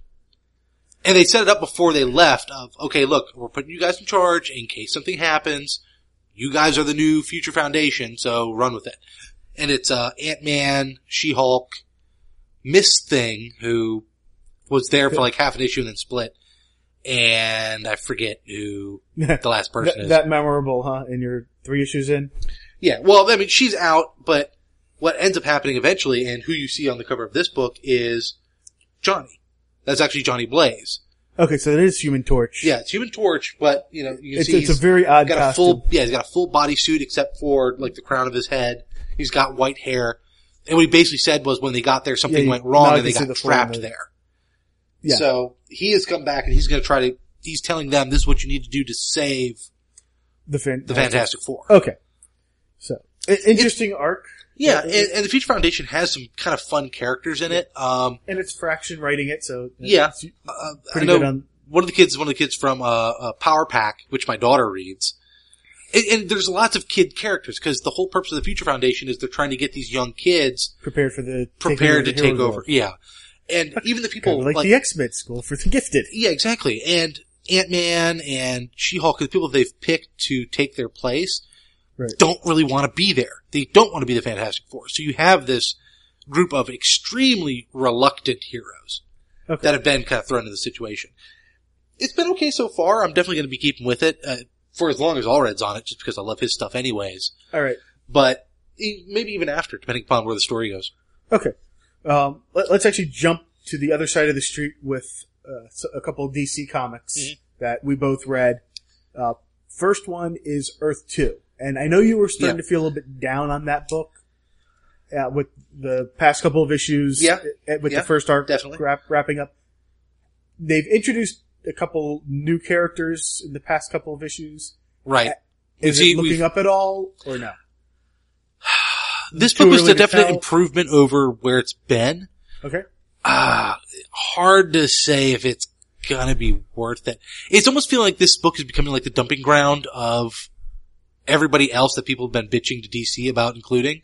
S1: And they set it up before they left of, okay, look, we're putting you guys in charge in case something happens. You guys are the new future foundation, so run with it. And it's uh, Ant-Man, She-Hulk, Miss Thing, who was there for like half an issue and then split. And I forget who the last person
S4: That,
S1: is.
S4: that memorable, huh? And you're three issues in.
S1: Yeah, well, I mean, she's out, but what ends up happening eventually, and who you see on the cover of this book is Johnny. That's actually Johnny Blaze.
S4: Okay, so it is Human Torch.
S1: Yeah, it's Human Torch, but you know, you can
S4: It's,
S1: see
S4: it's a
S1: he's
S4: very odd
S1: got a
S4: costume.
S1: full yeah, he's got a full body suit except for like the crown of his head. He's got white hair, and what he basically said was when they got there, something
S4: Yeah, you-
S1: went
S4: now
S1: wrong,
S4: I
S1: and they
S4: can see
S1: got
S4: the form
S1: trapped
S4: of it.
S1: there.
S4: Yeah.
S1: So he has come back, and he's going to try to. He's telling them this is what you need to do to save
S4: the fan-
S1: the Fantastic Four.
S4: Okay. So i- interesting arc,
S1: Yeah, and, and the Future Foundation has some kind of fun characters in it. Um,
S4: and it's Fraction writing it, so
S1: Yeah.
S4: it's
S1: uh,
S4: pretty
S1: I know
S4: good on.
S1: one of the kids, one of the kids from uh, uh, Power Pack, which my daughter reads. And, and there's lots of kid characters because the whole purpose of the Future Foundation is they're trying to get these young kids
S4: Prepared for the
S1: prepared to
S4: taking
S1: take
S4: the
S1: over. Yeah, and even the people
S4: Kind of like,
S1: like
S4: the X Men school for the gifted.
S1: yeah, exactly. And Ant Man and She Hulk, the people they've picked to take their place,
S4: Right.
S1: don't really want to be there. They don't want to be the Fantastic Four. So you have this group of extremely reluctant heroes
S4: Okay.
S1: that have been kind of thrown into the situation. It's been okay so far. I'm definitely going to be keeping with it uh, for as long as Allred's on it, just because I love his stuff, anyways.
S4: All right.
S1: But e- maybe even after, depending upon where the story goes.
S4: Okay. Um, let, us actually jump to the other side of the street with uh, s- a couple of DC comics
S1: Mhm.
S4: that we both read. Uh, first one is Earth 2. And I know you were starting
S1: Yeah.
S4: to feel a little bit down on that book uh, with the past couple of issues.
S1: Yeah.
S4: uh, With
S1: Yeah,
S4: the first arc
S1: definitely.
S4: wrap- wrapping up. They've introduced a couple new characters in the past couple of issues.
S1: Right.
S4: Is
S1: See,
S4: it
S1: we've-
S4: looking up at all or no?
S1: This
S4: too
S1: book was
S4: early
S1: a
S4: to
S1: definite
S4: tell.
S1: improvement over where it's been.
S4: Okay.
S1: ah, hard to say if it's gonna be worth it. It's almost feeling like this book is becoming like the dumping ground of everybody else that people have been bitching to DC about, including.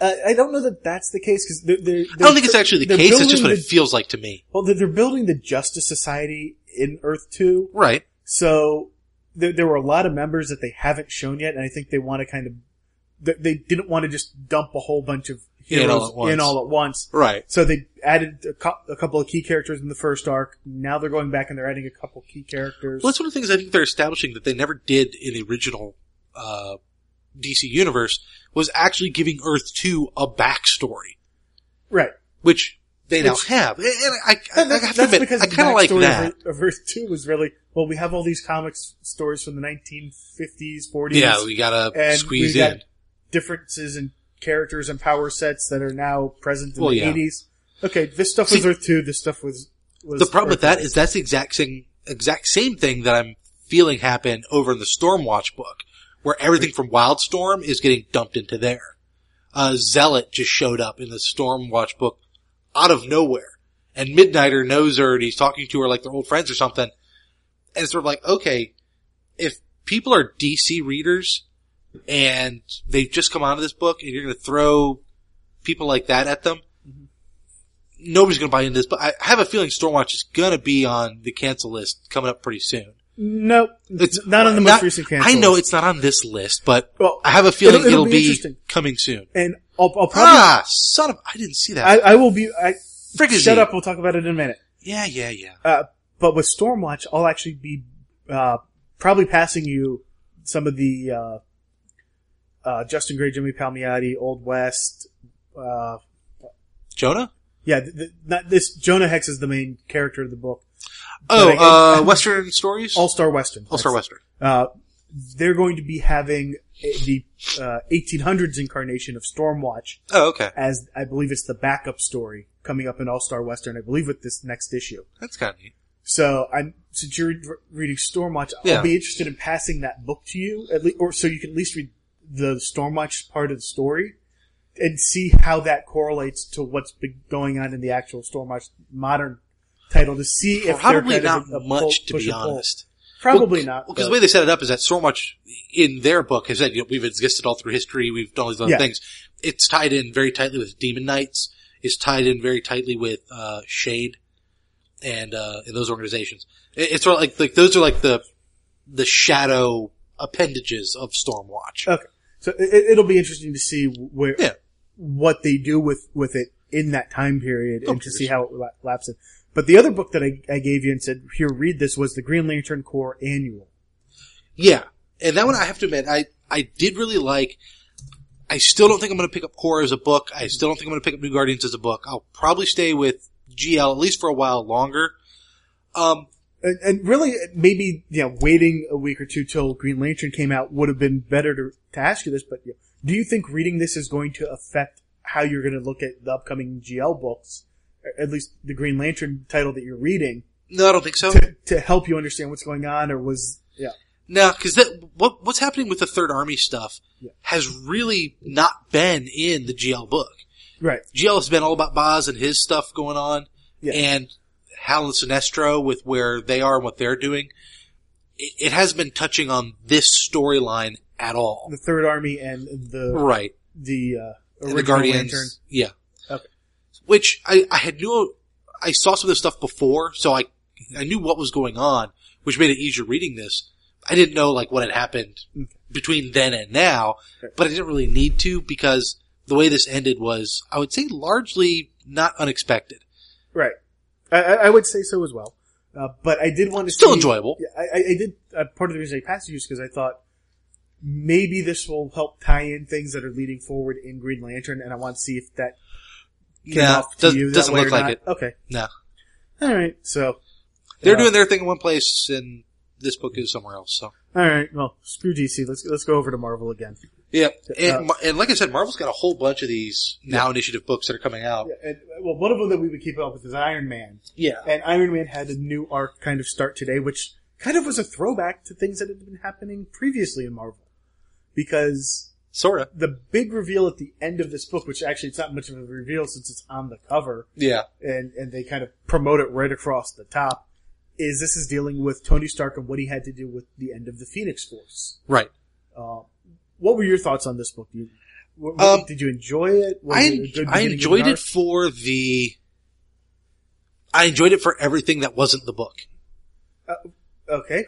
S4: Uh, I don't know that that's the case because they're, they're,
S1: I don't think it's actually the
S4: they're
S1: case. It's just what
S4: building
S1: it
S4: the-
S1: feels like to me.
S4: Well, they're, they're building the Justice Society in Earth 2,
S1: Right.
S4: so there, there were a lot of members that they haven't shown yet, and I think they want to kind of, they, they didn't want to just dump a whole bunch of
S1: In
S4: heroes in
S1: all at
S4: all at,
S1: once.
S4: once.
S1: Right.
S4: So they added a, cou- a couple of key characters in the first arc. Now they're going back and they're adding a couple key characters.
S1: Well, that's one of the things I think they're establishing that they never did in the original, uh, DC universe was actually giving Earth 2 a backstory,
S4: right.
S1: which they now
S4: Which-
S1: have. And I, I, I have to
S4: that's
S1: admit,
S4: because
S1: I
S4: the
S1: kind of like
S4: backstory
S1: that.
S4: Of Earth, of Earth 2 was really, well, we have all these comics stories from the 1950s, 40s.
S1: yeah, we gotta
S4: and
S1: squeeze
S4: we
S1: in.
S4: got differences in characters and power sets that are now present in
S1: Well,
S4: the
S1: yeah.
S4: 80s. Okay, this stuff was
S1: See-
S4: Earth 2, this stuff was, was
S1: the problem with
S4: Earth
S1: that is that's the exact same exact same thing that I'm feeling happen over in the Stormwatch book, where everything from Wildstorm is getting dumped into there. Uh, Zealot just showed up in the Stormwatch book out of nowhere, and Midnighter knows her and he's talking to her like they're old friends or something, and it's sort of like, okay, if people are DC readers and they've just come out of this book and you're going to throw people like that at them, nobody's going to buy into this. But I I have a feeling Stormwatch is going to be on the cancel list coming up pretty soon.
S4: Nope.
S1: It's-
S4: not on the most recent cancel.
S1: I know it's not on this list, but
S4: Well,
S1: I have a feeling
S4: it'll-
S1: it'll,
S4: it'll be
S1: be,
S4: interesting.
S1: coming soon.
S4: and I'll, I'll probably,
S1: Ah, son of, I didn't see that.
S4: I, I will be, I,
S1: Fricassee.
S4: shut up, we'll talk about it in a minute.
S1: Yeah, yeah, yeah.
S4: Uh, but with Stormwatch, I'll actually be, uh, probably passing you some of the, uh, uh, Justin Gray, Jimmy Palmiotti, Old West, uh,
S1: Jonah?
S4: yeah, th th not this, Jonah Hex is the main character of the book. But I-
S1: Oh, uh, Western Stories?
S4: All Star Western.
S1: All Star
S4: That's-
S1: Western.
S4: Uh, they're going to be having the uh, 1800s incarnation of Stormwatch
S1: Oh, okay.
S4: as I believe it's the backup story coming up in All Star Western. I believe with this next issue.
S1: That's kind of neat.
S4: So I'm since you're re- reading Stormwatch,
S1: Yeah.
S4: I'll be interested in passing that book to you at least, or so you can at least read the Stormwatch part of the story. and see how that correlates to what's been going on in the actual Stormwatch modern title to see if they're
S1: Probably
S4: kind
S1: not
S4: of a- a pull-
S1: much, to
S4: push
S1: be
S4: and pull.
S1: honest.
S4: Probably
S1: Well,
S4: not.
S1: Because
S4: but-
S1: the way they set it up is that so much in their book has said, you know, we've existed all through history, we've done all these other
S4: Yeah.
S1: things. It's tied in very tightly with Demon Knights, it's tied in very tightly with, uh, Shade and, uh, and those organizations. It, it's sort of like, like, those are like the, the shadow appendages of Stormwatch.
S4: Okay. So it, it'll be interesting to see where
S1: Yeah.
S4: what they do with with it in that time period
S1: Oh,
S4: and to
S1: sure.
S4: see how it la- laps it. But the other book that I, I gave you and said here read this was the Green Lantern Corps annual.
S1: Yeah. And that one I have to admit, I, I did really like. I still don't think I'm going to pick up Core as a book. I still don't think I'm going to pick up New Guardians as a book. I'll probably stay with GL at least for a while longer. Um,
S4: And, and really, maybe you know, waiting a week or two till Green Lantern came out would have been better to, to ask you this. But you know, do you think reading this is going to affect how you're going to look at the upcoming GL books, or at least the Green Lantern title that you're reading,
S1: no, I don't think so.
S4: to, to help you understand what's going on, or was yeah?
S1: No, because that what what's happening with the Third Army stuff
S4: Yeah.
S1: has really not been in the GL book.
S4: Right.
S1: GL has been all about Boz and his stuff going on,
S4: Yeah.
S1: and Hal and Sinestro with where they are and what they're doing. It, it has been touching on this storyline at all,
S4: the Third Army and the
S1: right?
S4: the uh,
S1: And the
S4: original
S1: Guardians,
S4: Lantern.
S1: yeah.
S4: Okay.
S1: Which I I had knew I saw some of this stuff before, so I I knew what was going on, which made it easier reading this. I didn't know like what had happened between then and now,
S4: Right.
S1: but I didn't really need to because the way this ended was, I would say, largely not unexpected.
S4: Right. I, I I would say so as well. Uh, but I did want to
S1: Still
S4: see-
S1: enjoyable.
S4: Yeah, I, I I did. Uh, part of the reason I passed you is because I thought maybe this will help tie in things that are leading forward in Green Lantern, and I want to see if that came
S1: Yeah,
S4: off to
S1: does,
S4: you that
S1: doesn't
S4: way
S1: look
S4: or
S1: like
S4: not.
S1: it.
S4: Okay.
S1: No.
S4: All right. So
S1: They're
S4: Yeah.
S1: doing their thing in one place, and this book is somewhere else. So
S4: all right. Well, screw DC. Let's let's go over to Marvel again.
S1: yeah,
S4: Yeah.
S1: and, Mar- and like I said, Marvel's got a whole bunch of these now initiative books that are coming out.
S4: Yeah, and, well, one of them that we would keep up with is Iron Man.
S1: Yeah,
S4: And Iron Man had a new arc kind of start today, which kind of was a throwback to things that had been happening previously in Marvel. Because
S1: sort of.
S4: the big reveal at the end of this book, which actually it's not much of a reveal since it's on the cover,
S1: Yeah,
S4: and, and they kind of promote it right across the top, is this is dealing with Tony Stark and what he had to do with the end of the Phoenix Force.
S1: right.
S4: Uh, what were your thoughts on this book? Do you, what, what-
S1: Um,
S4: did you enjoy it? Was
S1: I,
S4: it a good
S1: I
S4: beginning of an
S1: enjoyed
S4: arc?
S1: it for the. I enjoyed it for everything that wasn't the book.
S4: Okay.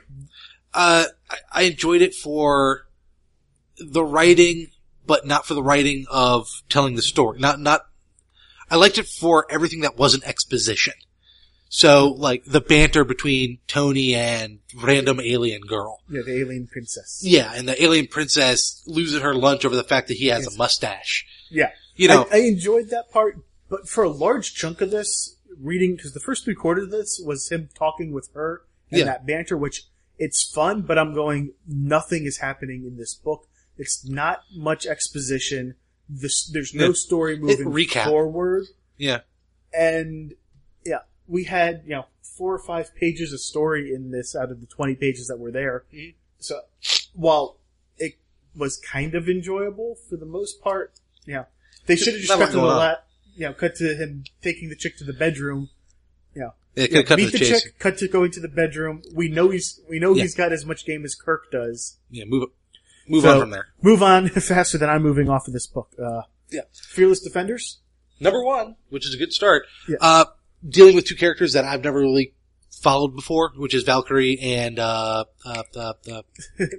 S1: Uh, I, I enjoyed it for the writing, but not for the writing of telling the story. Not, not, I liked it for everything that wasn't exposition. So, like, the banter between Tony and random alien girl.
S4: Yeah, the alien princess.
S1: Yeah, and the alien princess losing her lunch over the fact that he has a mustache.
S4: Yeah.
S1: You know,
S4: I, I enjoyed that part, but for a large chunk of this reading, because the first three quarters of this was him talking with her and
S1: Yeah.
S4: that banter, which it's fun, but I'm going, nothing is happening in this book. It's not much exposition. This, there's no
S1: Yeah.
S4: story moving
S1: recap.
S4: forward.
S1: yeah.
S4: And yeah, we had, you know, four or five pages of story in this out of the 20 pages that were there.
S1: Mhm.
S4: So while it was kind of enjoyable for the most part, you know, they should have just
S1: Not
S4: cut to the
S1: much going on.
S4: la you know, cut to him taking the chick to the bedroom. You know,
S1: It
S4: yeah,
S1: could cut to
S4: meet
S1: the
S4: the,
S1: chase.
S4: chick, cut to going to the bedroom. We know he's, we know
S1: Yeah.
S4: he's got as much game as Kirk does.
S1: Yeah, move, move
S4: So,
S1: on from there.
S4: Move on faster than I'm moving off of this book. Uh,
S1: Yeah.
S4: Fearless Defenders.
S1: number one, which is a good start,
S4: Yeah.
S1: uh, dealing with two characters that I've never really followed before, which is Valkyrie and uh, uh, uh, uh,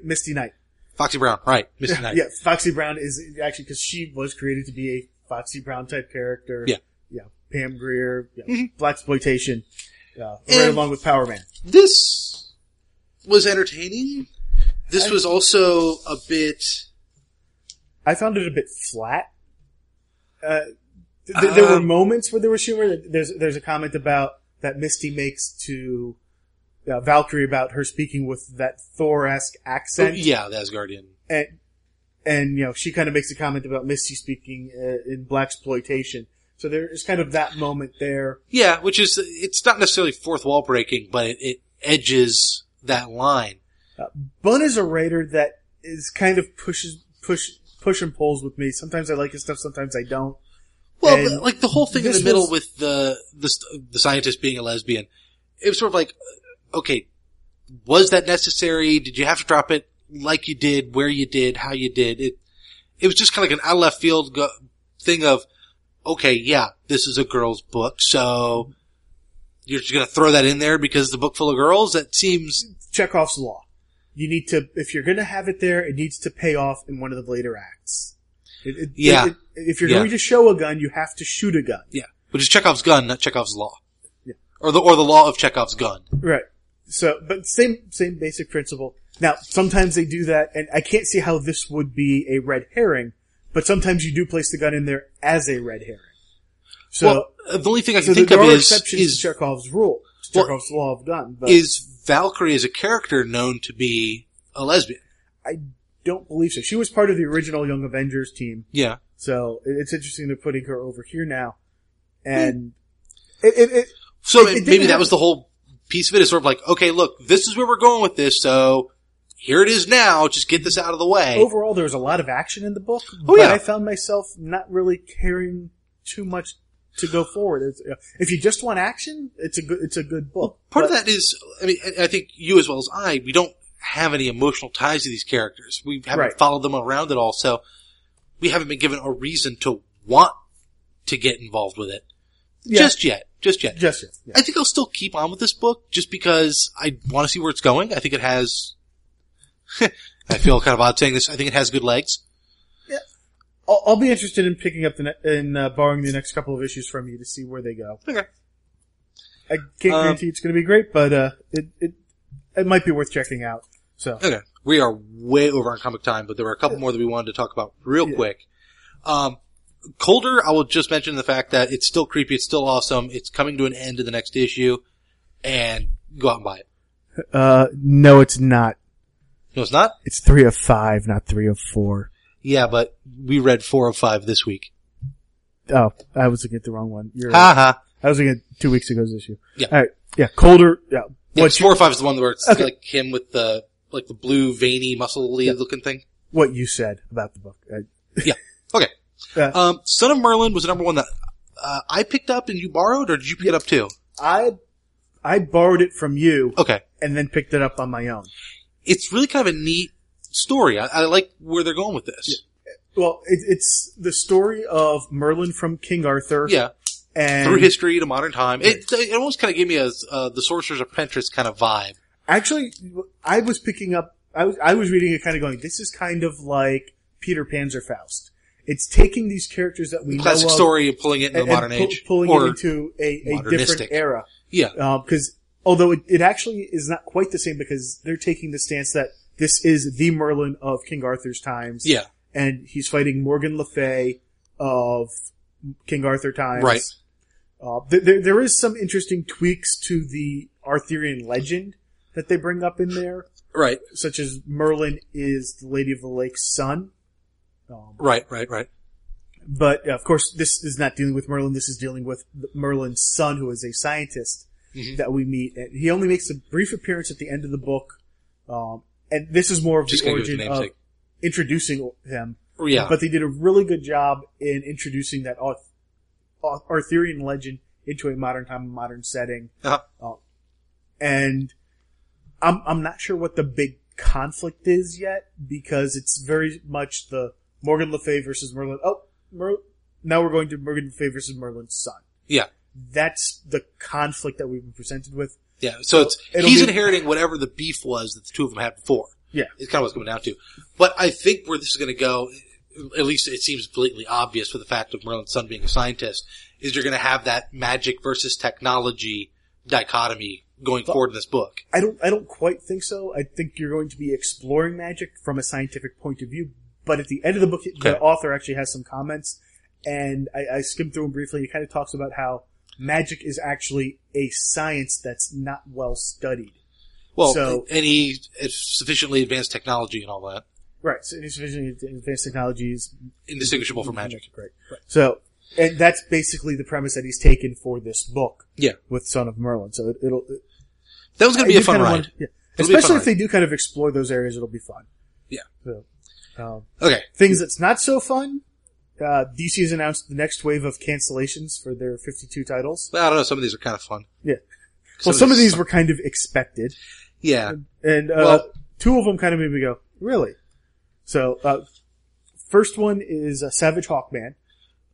S4: Misty Knight.
S1: Foxy Brown. Right, Misty Knight.
S4: Yeah, Foxy Brown is actually because she was created to be a Foxy Brown type character.
S1: Yeah. Mm-hmm.
S4: yeah. Pam Greer, yeah, black exploitation, yeah, right
S1: And-
S4: along with Power Man.
S1: This was entertaining. This
S4: I-
S1: was also a bit. oh,
S4: I found it a bit flat. Uh, th- th- there were
S1: Um,
S4: moments where there was humor. There's there's a comment about that Misty makes to uh, Valkyrie about her speaking with that Thor esque accent.
S1: Oh, yeah, the Asgardian.
S4: and and you know she kind of makes a comment about Misty speaking uh, in black exploitation. So there is kind of that moment there.
S1: Yeah, which is it's not necessarily fourth wall breaking, but it, it edges that line.
S4: Bun is a writer that is kind of pushes push push and pulls with me. Sometimes I like his stuff, sometimes I don't.
S1: Well,
S4: And
S1: but, like the whole thing in
S4: this
S1: the middle
S4: was-
S1: with the, the st- the scientist being a lesbian, it was sort of like, okay, was that necessary? Did you have to drop it like you did, where you did, how you did? It it was just kind of like an out of left field go- thing of, okay, yeah, this is a girl's book, so you're just gonna throw that in there because the book full of girls. That seems
S4: Chekhov's law. You need to, if you're going to have it there, it needs to pay off in one of the later acts. It, it-
S1: Yeah.
S4: it- if you're
S1: Yeah.
S4: going to show a gun, you have to shoot a gun.
S1: yeah, which is Chekhov's gun, not Chekhov's law,
S4: Yeah.
S1: or the or the law of Chekhov's gun.
S4: Right. So, but same, same basic principle. Now, sometimes they do that, and I can't see how this would be a red herring, but sometimes you do place the gun in there as a red herring. So,
S1: well, uh, the only thing I can
S4: so
S1: think
S4: there
S1: of
S4: are
S1: is
S4: exceptions
S1: is
S4: to Chekhov's rule, to
S1: Well,
S4: Chekhov's law of gun, but
S1: is Valkyrie as a character known to be a lesbian?
S4: I don't believe so. She was part of the original Young Avengers team.
S1: Yeah.
S4: So it- it's interesting they're putting her over here now, and
S1: Hmm.
S4: it, it, it
S1: So
S4: It- it didn't
S1: maybe that
S4: have-
S1: was the whole piece of it is sort of like, okay, look, this is where we're going with this, so here it is now, just get this out of the way.
S4: overall there was a lot of action in the book,
S1: Oh,
S4: but
S1: yeah.
S4: I found myself not really caring too much to go forward. It's, uh, if you just want action, it's a good it's a good book.
S1: Part
S4: But
S1: of that is, I mean, I- I think you as well as I, we don't have any emotional ties to these characters. We haven't
S4: Right.
S1: followed them around at all, so we haven't been given a reason to want to get involved with it.
S4: yeah,
S1: Just yet. Just yet.
S4: just it, yeah.
S1: I think I'll still keep on with this book just because I want to see where it's going. I think it has. I feel kind of odd saying this. I think it has good legs.
S4: I'll, I'll be interested in picking up the ne- in uh, borrowing the next couple of issues from you to see where they go.
S1: Okay.
S4: I can't
S1: Um,
S4: guarantee it's going to be great, but uh, it it it might be worth checking out. So
S1: Okay. We are way over on comic time, but there were a couple more that we wanted to talk about real
S4: Yeah.
S1: quick. Um, Colder, I will just mention the fact that it's still creepy. It's still awesome. It's coming to an end in the next issue and go out and buy it.
S4: uh, no, it's not.
S1: No, it's not.
S4: It's three of five, not three of four.
S1: Yeah, but we read four of five this week.
S4: Oh, I was looking at the wrong one. You're right.
S1: Ha ha.
S4: I was looking at two weeks ago's issue.
S1: Yeah.
S4: All right. Yeah. Colder. Yeah.
S1: Yeah,
S4: What you,
S1: four or five is the one where it's
S4: Okay.
S1: like him with the, like the blue veiny muscly looking thing.
S4: what you said about the book. I,
S1: Okay.
S4: Yeah.
S1: Um, Son of Merlin was the number one that uh, I picked up and you borrowed, or did you pick it up too?
S4: I, I borrowed it from you
S1: Okay.
S4: and then picked it up on my own.
S1: It's really kind of a neat story. I, I like where they're going with this.
S4: Well, it, it's the story of Merlin from King Arthur.
S1: Yeah.
S4: And
S1: Through history to modern time. It, it almost kind of gave me a uh, the Sorcerer's Apprentice kind of vibe.
S4: actually, I was picking up, I was, I was reading it kind of going, this is kind of like Peter Pan's or Faust. It's taking these characters that we
S1: Classic
S4: know of
S1: story and pulling it into
S4: and,
S1: the modern
S4: and pu-
S1: age.
S4: pulling
S1: or,
S4: it into a, a
S1: modernistic.
S4: different era.
S1: yeah.
S4: because although it, it actually is not quite the same because they're taking the stance that this is the Merlin of King Arthur's times,
S1: Yeah.
S4: and he's fighting Morgan Le Fay of King Arthur times.
S1: Right.
S4: Uh, th- there, there is some interesting tweaks to the Arthurian legend that they bring up in there,
S1: Right.
S4: such as Merlin is the Lady of the Lake's son. Um,
S1: Right. Right. Right.
S4: but uh, of course, this is not dealing with Merlin. This is dealing with Merlin's son, who is a scientist
S1: Mhm.
S4: that we meet. And he only makes a brief appearance at the end of the book, um, and this is more of
S1: Just
S4: the
S1: gonna give it
S4: origin
S1: the
S4: of
S1: namesake.
S4: introducing him.
S1: Yeah.
S4: But they did a really good job in introducing that Arth- Arth- Arthurian legend into a modern time, modern setting.
S1: Uh-huh.
S4: Uh, and I'm I'm not sure what the big conflict is yet because it's very much the Morgan Le Fay versus Merlin. Oh, Mer- now we're going to Morgan Le Fay versus Merlin's son.
S1: yeah.
S4: That's the conflict that we've been presented with.
S1: Yeah, so it's
S4: it'll
S1: he's
S4: be-
S1: inheriting whatever the beef was that the two of them had before.
S4: Yeah.
S1: it's kind of what's coming down to. But I think where this is going to go, at least it seems blatantly obvious for the fact of Merlin's son being a scientist, is you're going to have that magic versus technology dichotomy going forward in this book.
S4: I don't I don't quite think so. I think you're going to be exploring magic from a scientific point of view. But at the end of the book,
S1: Okay.
S4: the author actually has some comments, and I, I skimmed through them briefly. He kind of talks about how magic is actually a science that's not well studied.
S1: Well,
S4: So-
S1: any sufficiently advanced technology and all that,
S4: Right. So it's vision advanced technologies
S1: indistinguishable from magic.
S4: Right. So and that's basically the premise that he's taken for this book
S1: Yeah,
S4: with Son of Merlin. So it, it'll
S1: that was going to
S4: I
S1: be a
S4: do
S1: fun
S4: kinda
S1: ride.
S4: want- yeah.
S1: It'll be a fun
S4: Especially if
S1: ride.
S4: they do kind of explore those areas, it'll be fun.
S1: Yeah.
S4: So, Um,
S1: Okay.
S4: things that's not so fun. Uh, DC has announced the next wave of cancellations for their 52 titles.
S1: Well, I don't know. Some of these are kind of fun.
S4: Yeah. well, some of these were kind of expected,
S1: Yeah.
S4: and uh,
S1: Well-
S4: two of them kind of made me go, "Really?" So, uh, first one is uh, Savage Hawkman.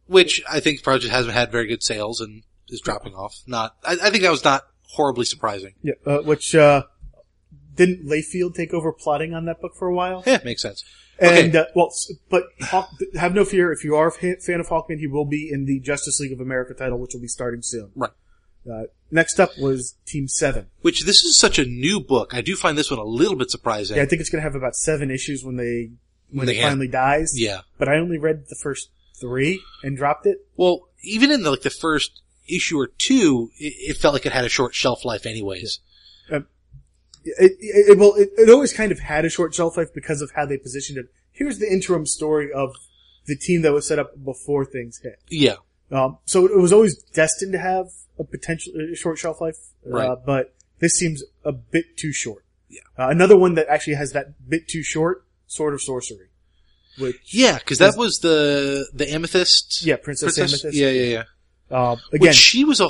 S1: Which I think probably just hasn't had very good sales and is dropping off. Not, I, I think that was not horribly surprising.
S4: Yeah, uh, which uh, didn't Layfield take over plotting on that book for a while?
S1: Yeah, makes sense. Okay.
S4: And uh, well, s- but Hawk, have no fear. If you are a fa- fan of Hawkman, he will be in the Justice League of America title, which will be starting soon.
S1: Right.
S4: Uh, next up was Team Seven.
S1: Which this is such a new book. I do find this one a little bit surprising.
S4: Yeah, I think it's going to have about seven issues when they when
S1: They
S4: it
S1: end.
S4: finally dies.
S1: Yeah.
S4: But I only read the first three and dropped it.
S1: Well, even in the, like the first issue or two, it, it felt like it had a short shelf life, anyways.
S4: It, it, it- well, it, it always kind of had a short shelf life because of how they positioned it. Here's the interim story of the team that was set up before things hit.
S1: Yeah,
S4: Um, so it was always destined to have a potential a short shelf life, uh,
S1: Right.
S4: but this seems a bit too short. Yeah. Uh, another one that actually has that bit too short, Sword of Sorcery, which
S1: yeah, because that was the the amethyst.
S4: yeah, Princess, Amethyst.
S1: Yeah, yeah, yeah.
S4: Um,
S1: Again,
S4: again,
S1: she was a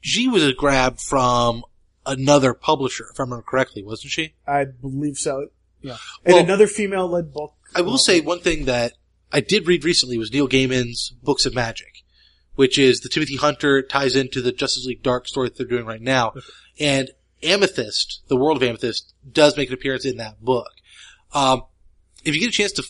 S1: she was a grab from another publisher, if I remember correctly, wasn't she?
S4: I believe so. Yeah. And
S1: Well-
S4: another female-led book.
S1: I will
S4: Uh,
S1: say one thing that I did read recently was Neil Gaiman's Books of Magic, which is the Timothy Hunter ties into the Justice League Dark story that they're doing right now. And Amethyst, the world of Amethyst, does make an appearance in that book. Um, if you get a chance to,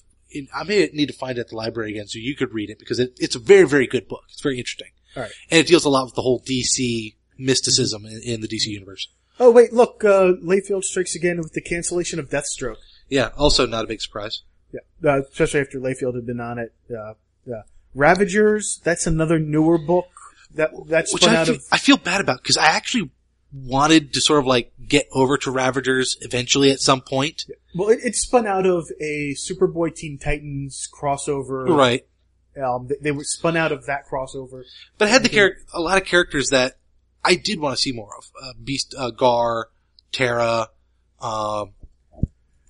S1: I may need to find it at the library again so you could read it because it, it's a very, very good book. It's very interesting.
S4: All right. Mm-hmm.
S1: And it deals a lot with the whole DC mysticism in, in the DC universe.
S4: Oh wait, look, uh, Layfield strikes again with the cancellation of Deathstroke.
S1: Yeah, also not a big surprise.
S4: Yeah, uh, especially after Layfield had been on it. Uh, yeah. Ravagers. That's another newer book that that
S1: which
S4: spun
S1: I
S4: out
S1: feel,
S4: of.
S1: I feel bad about because I actually wanted to sort of like get over to Ravagers eventually at some point.
S4: Well, it, it spun out of a Superboy Teen Titans crossover.
S1: Right.
S4: Um, they, they were spun out of that crossover.
S1: But I had the
S4: Mm-hmm.
S1: char- a lot of characters that I did want to see more of. Uh, Beast, uh, Gar, Terra, um,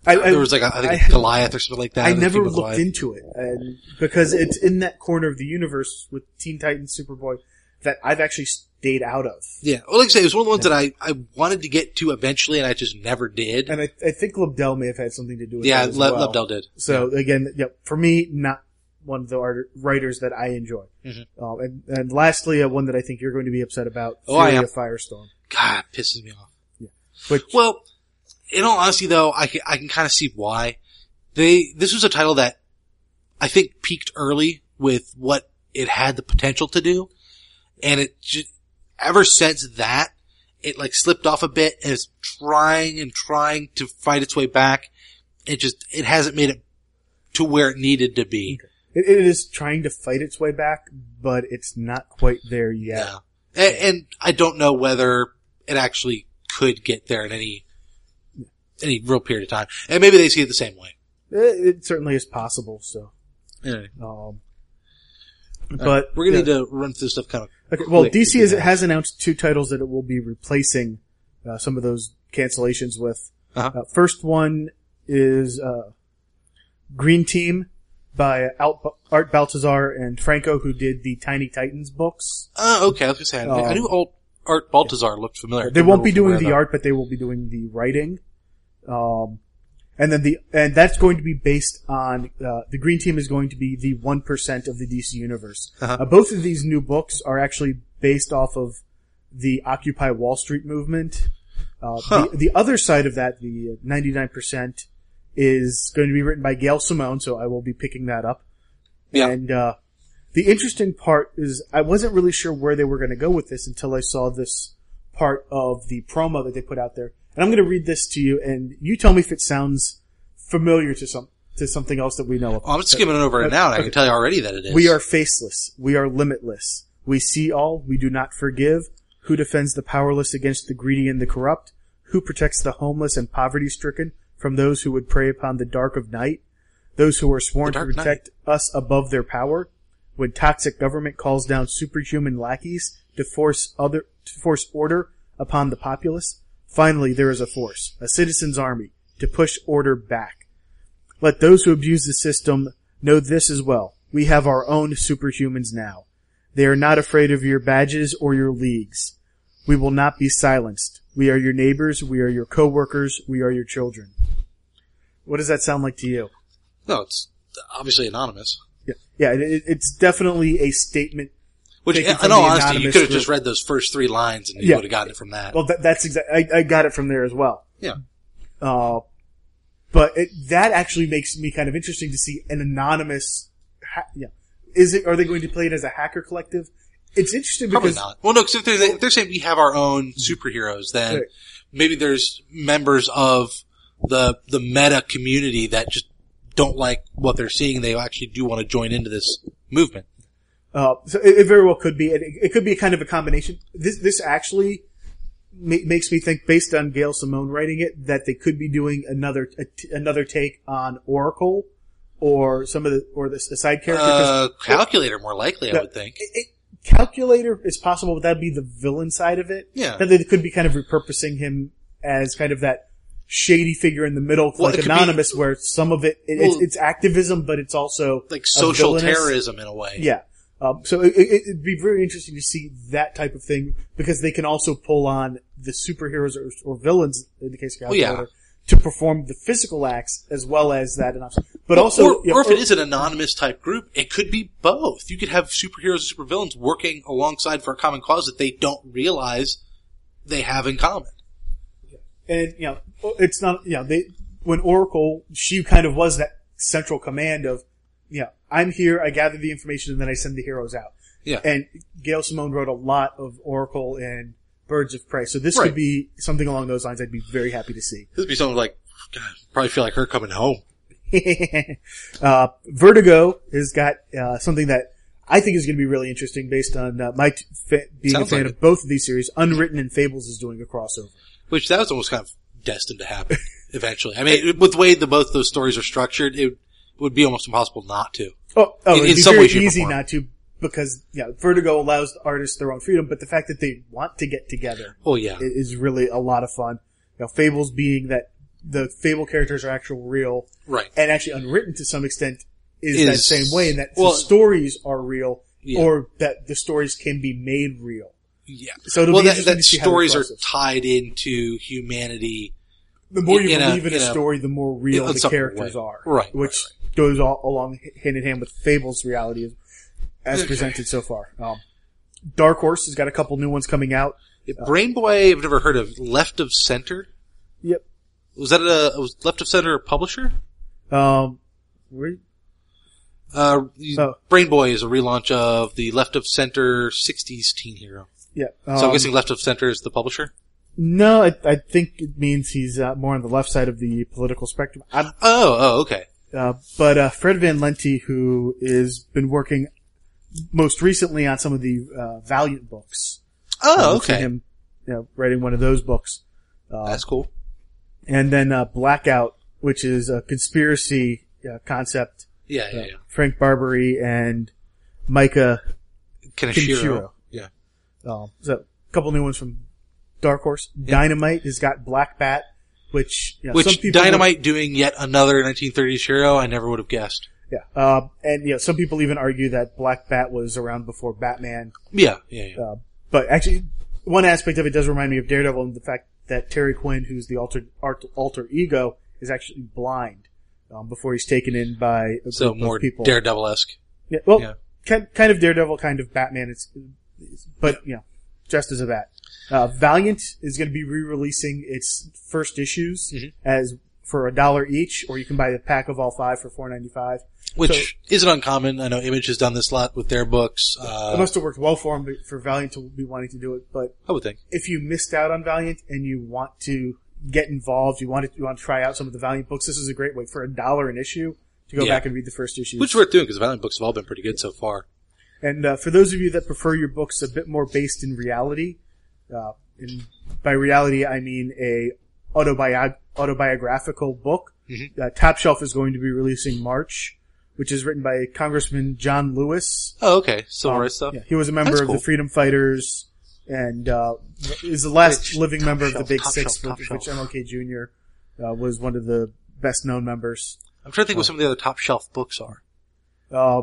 S4: I, I,
S1: there was like, a, I think
S4: I-
S1: a Goliath or something like that.
S4: I
S1: and a
S4: never
S1: few with
S4: looked
S1: Goliath.
S4: into it and because it's in that corner of the universe with Teen Titans, Superboy that I've actually stayed out of.
S1: Yeah. Well, like I say, it was one of the ones that I, I wanted to get to eventually and I just never did.
S4: And I, I think Lobdell may have had something to do with
S1: Yeah,
S4: that as
S1: Le-
S4: well.
S1: Lebdell did.
S4: So again, yep, for me, not one of the art- writers that I enjoy.
S1: Mhm.
S4: Um, and, and lastly, uh, one that I think you're going to be upset about,
S1: Oh, I
S4: Fury
S1: am.
S4: of Firestorm.
S1: God, it pisses me off.
S4: Which,
S1: Well, in all honesty, though, I can, I can kind of see why they. This was a title that I think peaked early with what it had the potential to do, and it just ever since that it like slipped off a bit and is trying and trying to fight its way back. It just it hasn't made it to where it needed to be.
S4: It, it is trying to fight its way back, but it's not quite there yet.
S1: and, and I don't know whether it actually could get there in any any real period of time, and maybe they see it the same way.
S4: It, it certainly is possible. So,
S1: Anyway.
S4: um, but
S1: We're gonna
S4: yeah.
S1: need to run through stuff kind of.
S4: Okay, well,
S1: quick
S4: DC
S1: to
S4: is,
S1: get out.
S4: has announced two titles that it will be replacing uh, some of those cancellations with.
S1: Uh-huh.
S4: Uh, first one is uh, Green Team by Alt- Art Baltazar and Franco, who did the Tiny Titans books.
S1: Oh, okay. I was gonna say I, knew- I knew old Art Baltazar looked familiar. I
S4: um, They
S1: couldn't
S4: won't be
S1: remember
S4: doing
S1: from
S4: the
S1: where,
S4: art, but they will be doing the writing. Um, and then the and that's going to be based on uh, the Green Team is going to be the one percent of the DC universe.
S1: Uh-huh.
S4: Uh, both of these new books are actually based off of the Occupy Wall Street movement. Uh,
S1: Huh.
S4: the, the other side of that, the ninety nine percent, is going to be written by Gail Simone. So I will be picking that up.
S1: though. Yeah.
S4: And uh, the interesting part is I wasn't really sure where they were going to go with this until I saw this part of the promo that they put out there. And I'm going to read this to you, and you tell me if it sounds familiar to some to something else that we know of.
S1: Well, I'm skimming it over it now, and I
S4: Okay.
S1: can tell you already that it is.
S4: We are faceless. We are limitless. We see all. We do not forgive. Who defends the powerless against the greedy and the corrupt? Who protects the homeless and poverty stricken from those who would prey upon the dark of night? Those who are sworn
S1: The
S4: to
S1: dark night.
S4: protect us above their power? When toxic government calls down superhuman lackeys to force other, to force order upon the populace? Finally, there is a force, a citizen's army, to push order back. Let those who abuse the system know this as well. We have our own superhumans now. They are not afraid of your badges or your leagues. We will not be silenced. We are your neighbors. We are your coworkers. We are your children. What does that sound like to you?
S1: No, it's obviously anonymous.
S4: Yeah, yeah it- it, it's definitely a statement.
S1: Which,
S4: Taken
S1: in
S4: from
S1: in all
S4: the
S1: honesty, you
S4: anonymous
S1: could have
S4: group.
S1: just read those first three lines and you
S4: Yeah.
S1: would have gotten it from that.
S4: Well, that, that's exactly. I got it from there as well.
S1: yeah.
S4: Uh, but it, that actually makes me kind of interesting to see an anonymous. Ha- yeah, is it? Are they going to play it as a hacker collective? It's interesting
S1: Probably
S4: because Mm-hmm.
S1: not. Well, no, because if they're, if they're saying we have our own superheroes, then
S4: Right.
S1: maybe there's members of the the meta community that just don't like what they're seeing. They actually do want to join into this movement.
S4: Uh, so it, it very well could be. It, it could be kind of a combination. This this actually ma- makes me think, based on Gail Simone writing it, that they could be doing another a t- another take on Oracle or some of the or the, the side character. 'cause
S1: Uh, calculator, more likely, I
S4: Yeah.
S1: would think.
S4: it- it- calculator is possible, but that'd be the villain side of it.
S1: Yeah.
S4: That they could be kind of repurposing him as kind of that shady figure in the middle,
S1: Well, it
S4: like
S1: could be-
S4: anonymous, where some of it, it
S1: Well-
S4: it's, it's activism, but it's also
S1: Like
S4: a
S1: social
S4: villainous-
S1: terrorism in a way.
S4: Yeah. Um, so it, it, it'd be very interesting to see that type of thing because they can also pull on the superheroes or, or villains in the case of
S1: Well, Oh, yeah.
S4: Calculator to perform the physical acts as well as that. And but
S1: Or-
S4: also,
S1: or,
S4: yeah, oh
S1: or if it is an anonymous type group, it could be both. You could have superheroes and supervillains working alongside for a common cause that they don't realize they have in common.
S4: and you know it's not you know they when Oracle she kind of was that central command of you know I'm here I gather the information and then I send the heroes out
S1: Yeah.
S4: and Gail Simone wrote a lot of Oracle and Birds of Prey so this
S1: Right.
S4: could be something along those lines I'd be very happy to see
S1: This would be something like, God, probably feel like her coming home.
S4: uh, Vertigo has got uh, something that I think is going to be really interesting based on uh, my t- fa- being
S1: Sounds
S4: a fan
S1: like
S4: of both of these series Unwritten and Fables is doing a crossover
S1: Which that was almost kind of destined to happen eventually. I mean, with the way the both those stories are structured, it would be almost impossible not to.
S4: Oh, oh
S1: In-
S4: it'd
S1: in
S4: be
S1: some
S4: very
S1: way, shape, or
S4: easy
S1: form.
S4: not to because yeah, Vertigo allows the artists their own freedom, but the fact that they want to get together
S1: Oh yeah,
S4: i- is really a lot of fun. You know, Fables being that the Fable characters are actual real
S1: right.
S4: and actually unwritten to some extent is, that
S1: Is-
S4: same way, and that
S1: well-
S4: the stories are real,
S1: Yeah.
S4: or that the stories can be made real.
S1: Yeah.
S4: So it'll
S1: Well,
S4: be
S1: that,
S4: interesting
S1: that
S4: to see how they
S1: stories are
S4: process.
S1: tied into humanity.
S4: the more you
S1: in a-
S4: believe in,
S1: in
S4: a,
S1: a-
S4: story, the more real
S1: in
S4: the
S1: some
S4: characters
S1: way.
S4: are.
S1: Right,
S4: Which goes all along h- hand in hand with Fable's reality as- as
S1: Okay.
S4: presented so far. Um, Dark Horse has got a couple new ones coming out.
S1: Brain Boy, I've never heard of. Left of Center
S4: Yep.
S1: was that a was Left of Center a publisher?
S4: Um, where-
S1: Uh, you-
S4: Oh.
S1: Brain Boy is a relaunch of the Left of Center '60s teen hero.
S4: yeah.
S1: So I'm
S4: um,
S1: guessing Left of Center is the publisher.
S4: No, I, I think it means he's uh, more on the left side of the political spectrum. I'm
S1: Oh, oh, okay.
S4: Uh, but uh, Fred Van Lente, who has been working most recently on some of the uh, Valiant books.
S1: Oh,
S4: I've seen
S1: okay.
S4: Him you know, writing one of those books. Uh,
S1: That's cool.
S4: and then uh, Blackout, which is a conspiracy uh, concept.
S1: Yeah, yeah,
S4: Uh,
S1: yeah.
S4: Frank Barbary and Micah.
S1: Kaneshiro.
S4: Kaneshiro.
S1: Yeah.
S4: Um, so a couple new ones from Dark Horse. Dynamite has got Black Bat, which you know, some
S1: Which
S4: people
S1: Dynamite doing yet another 1930s hero, I never would have guessed.
S4: Yeah. Uh, and you know, some people even argue that Black Bat was around before Batman.
S1: Yeah, yeah, yeah.
S4: Uh, but actually, one aspect of it does remind me of Daredevil and the fact that Terry Quinn, who's the alter art, alter ego, is actually blind um, before he's taken in by a group
S1: so
S4: of
S1: more
S4: people.
S1: Daredevil esque.
S4: yeah, well,
S1: yeah.
S4: kind, kind of Daredevil, kind of Batman. It's, but you know, just as a bat. Uh, Valiant is going to be re-releasing its first issues
S1: Mhm.
S4: as for a dollar each, or you can buy the pack of all five for four ninety five.
S1: Which isn't uncommon. I know Image has done this a lot with their books.
S4: it
S1: Uh,
S4: must have worked well for him for Valiant to be wanting to do it. But
S1: I would think.
S4: if you missed out on Valiant and you want to get involved, you want to, you want to try out some of the Valiant books, this is a great way for a dollar an issue to go
S1: Yeah.
S4: back and read the first issue.
S1: Which is worth doing because Valiant books have all been pretty good so far.
S4: And uh, for those of you that prefer your books a bit more based in reality, uh, and by reality I mean a autobiog- autobiographical book.
S1: Mhm.
S4: Uh, Top Shelf is going to be releasing March, which is written by Congressman John Lewis.
S1: Oh, okay. Civil
S4: Um,
S1: rights stuff.
S4: yeah, he was a member
S1: That's
S4: of
S1: cool.
S4: the Freedom Fighters and uh, is the last
S1: Which-
S4: living member of the
S1: shelf,
S4: Big
S1: top
S4: Six,
S1: shelf, top
S4: which,
S1: shelf.
S4: which MLK Jr. Uh, was one of the best known members.
S1: I'm trying to think what some of the other top shelf books are.
S4: Uh,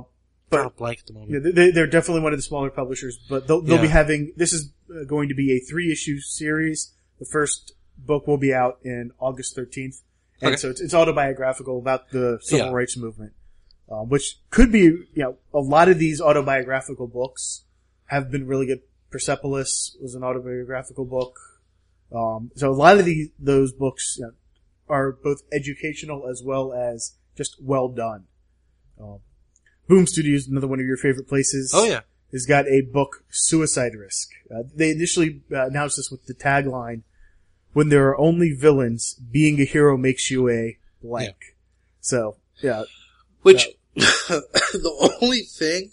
S1: But,
S4: But-
S1: Not a blank at the
S4: yeah,
S1: moment.
S4: they- they, they're definitely one of the smaller publishers, but they'll, they'll be
S1: Um, Yeah.
S4: having this is uh, going to be a three issue series. The first book will be out in August thirteenth, and
S1: Okay.
S4: so it's, it's autobiographical about the civil
S1: Yeah.
S4: rights movement, uh, which could be you know a lot of these autobiographical books have been really good. Persepolis was an autobiographical book, um, so a lot of the those books you know, are both educational as well as just well done. Um, Boom Studios, another one of your favorite places
S1: Oh yeah.
S4: has got a book, Suicide Risk. Uh, they initially uh, announced this with the tagline, "When there are only villains, being a hero makes you a blank." So, yeah,
S1: Which the only thing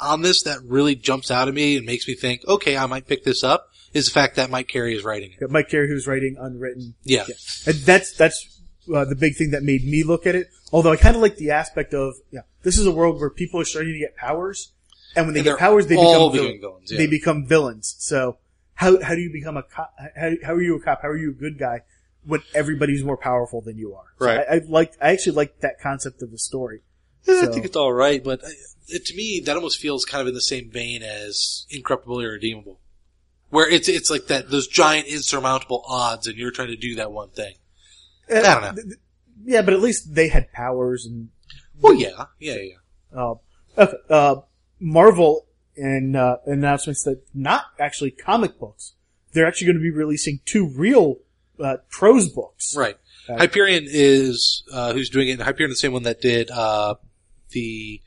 S1: on this that really jumps out at me and makes me think, okay, I might pick this up, is the fact that Mike Carey is writing it.
S4: got Mike Carey who's writing Unwritten,
S1: Yeah.
S4: Yeah. and that's that's uh, the big thing that made me look at it. Although I kind of like the aspect of, yeah, this is a world where people are starting to get powers, and when they
S1: And
S4: get
S1: they're
S4: powers, they
S1: all
S4: become
S1: becoming
S4: villains.
S1: villains, yeah.
S4: They become villains. So, how how do you become a cop? How, how are you a cop? How are you a good guy when everybody's more powerful than you are? So
S1: Right.
S4: I, I like. I actually like that concept of the story.
S1: Yeah, Eh, I
S4: So-
S1: think it's all right, but uh, it, to me, that almost feels kind of in the same vein as incorruptible, irredeemable, where it's it's like that those giant insurmountable odds, and you're trying to do that one thing.
S4: I
S1: don't know.
S4: Yeah, but at least they had powers and
S1: Well, yeah, yeah, yeah.
S4: Uh, okay, uh, Marvel and uh, announcements that not actually comic books. They're actually going to be releasing two real uh, prose books.
S1: Right.
S4: Uh,
S1: Hyperion is uh, who's doing it. Hyperion, the same one that did uh, the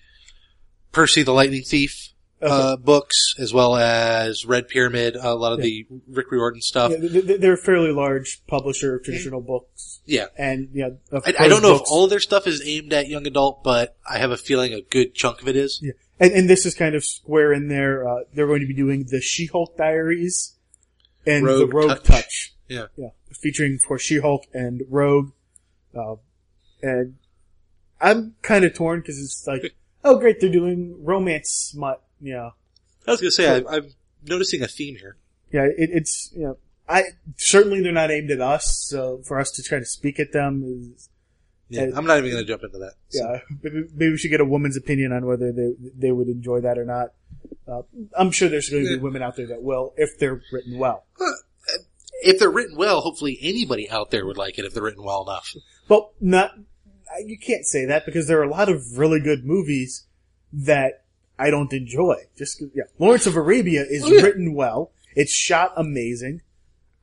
S1: Percy the Lightning Thief uh, books, as well as Red Pyramid, a lot of the Rick Riordan stuff.
S4: Yeah,
S1: Yeah,
S4: they- they- they're a fairly large publisher of traditional books, and yeah, of
S1: I, I
S4: prose
S1: don't know
S4: books.
S1: if all of their stuff is aimed at young adult, but I have a feeling a good chunk of it is.
S4: Yeah. And, and this is kind of square in there. Uh, they're going to be doing the She-Hulk Diaries and
S1: Rogue
S4: the Rogue Touch.
S1: Touch. Yeah.
S4: Yeah. Featuring for She-Hulk and Rogue. Uh, and I'm kind of torn because it's like, oh great, they're doing romance smut. Yeah.
S1: I was gonna say I, I'm noticing a theme here.
S4: Yeah. It, it's, you know, I, certainly they're not aimed at us. So for us to try to speak at them is,
S1: Yeah,
S4: Uh,
S1: I'm not even gonna jump into that. So-
S4: Yeah, maybe, maybe we should get a woman's opinion on whether they they would enjoy that or not. Uh, I'm sure there's going to
S1: Yeah.
S4: be women out there that will if they're written well.
S1: If they're written well, hopefully anybody out there would like it if they're written well enough.
S4: But not I- you can't say that because there are a lot of really good movies that I don't enjoy. Just 'cause- yeah, Lawrence of Arabia is
S1: Oh, yeah.
S4: written well. It's shot amazing.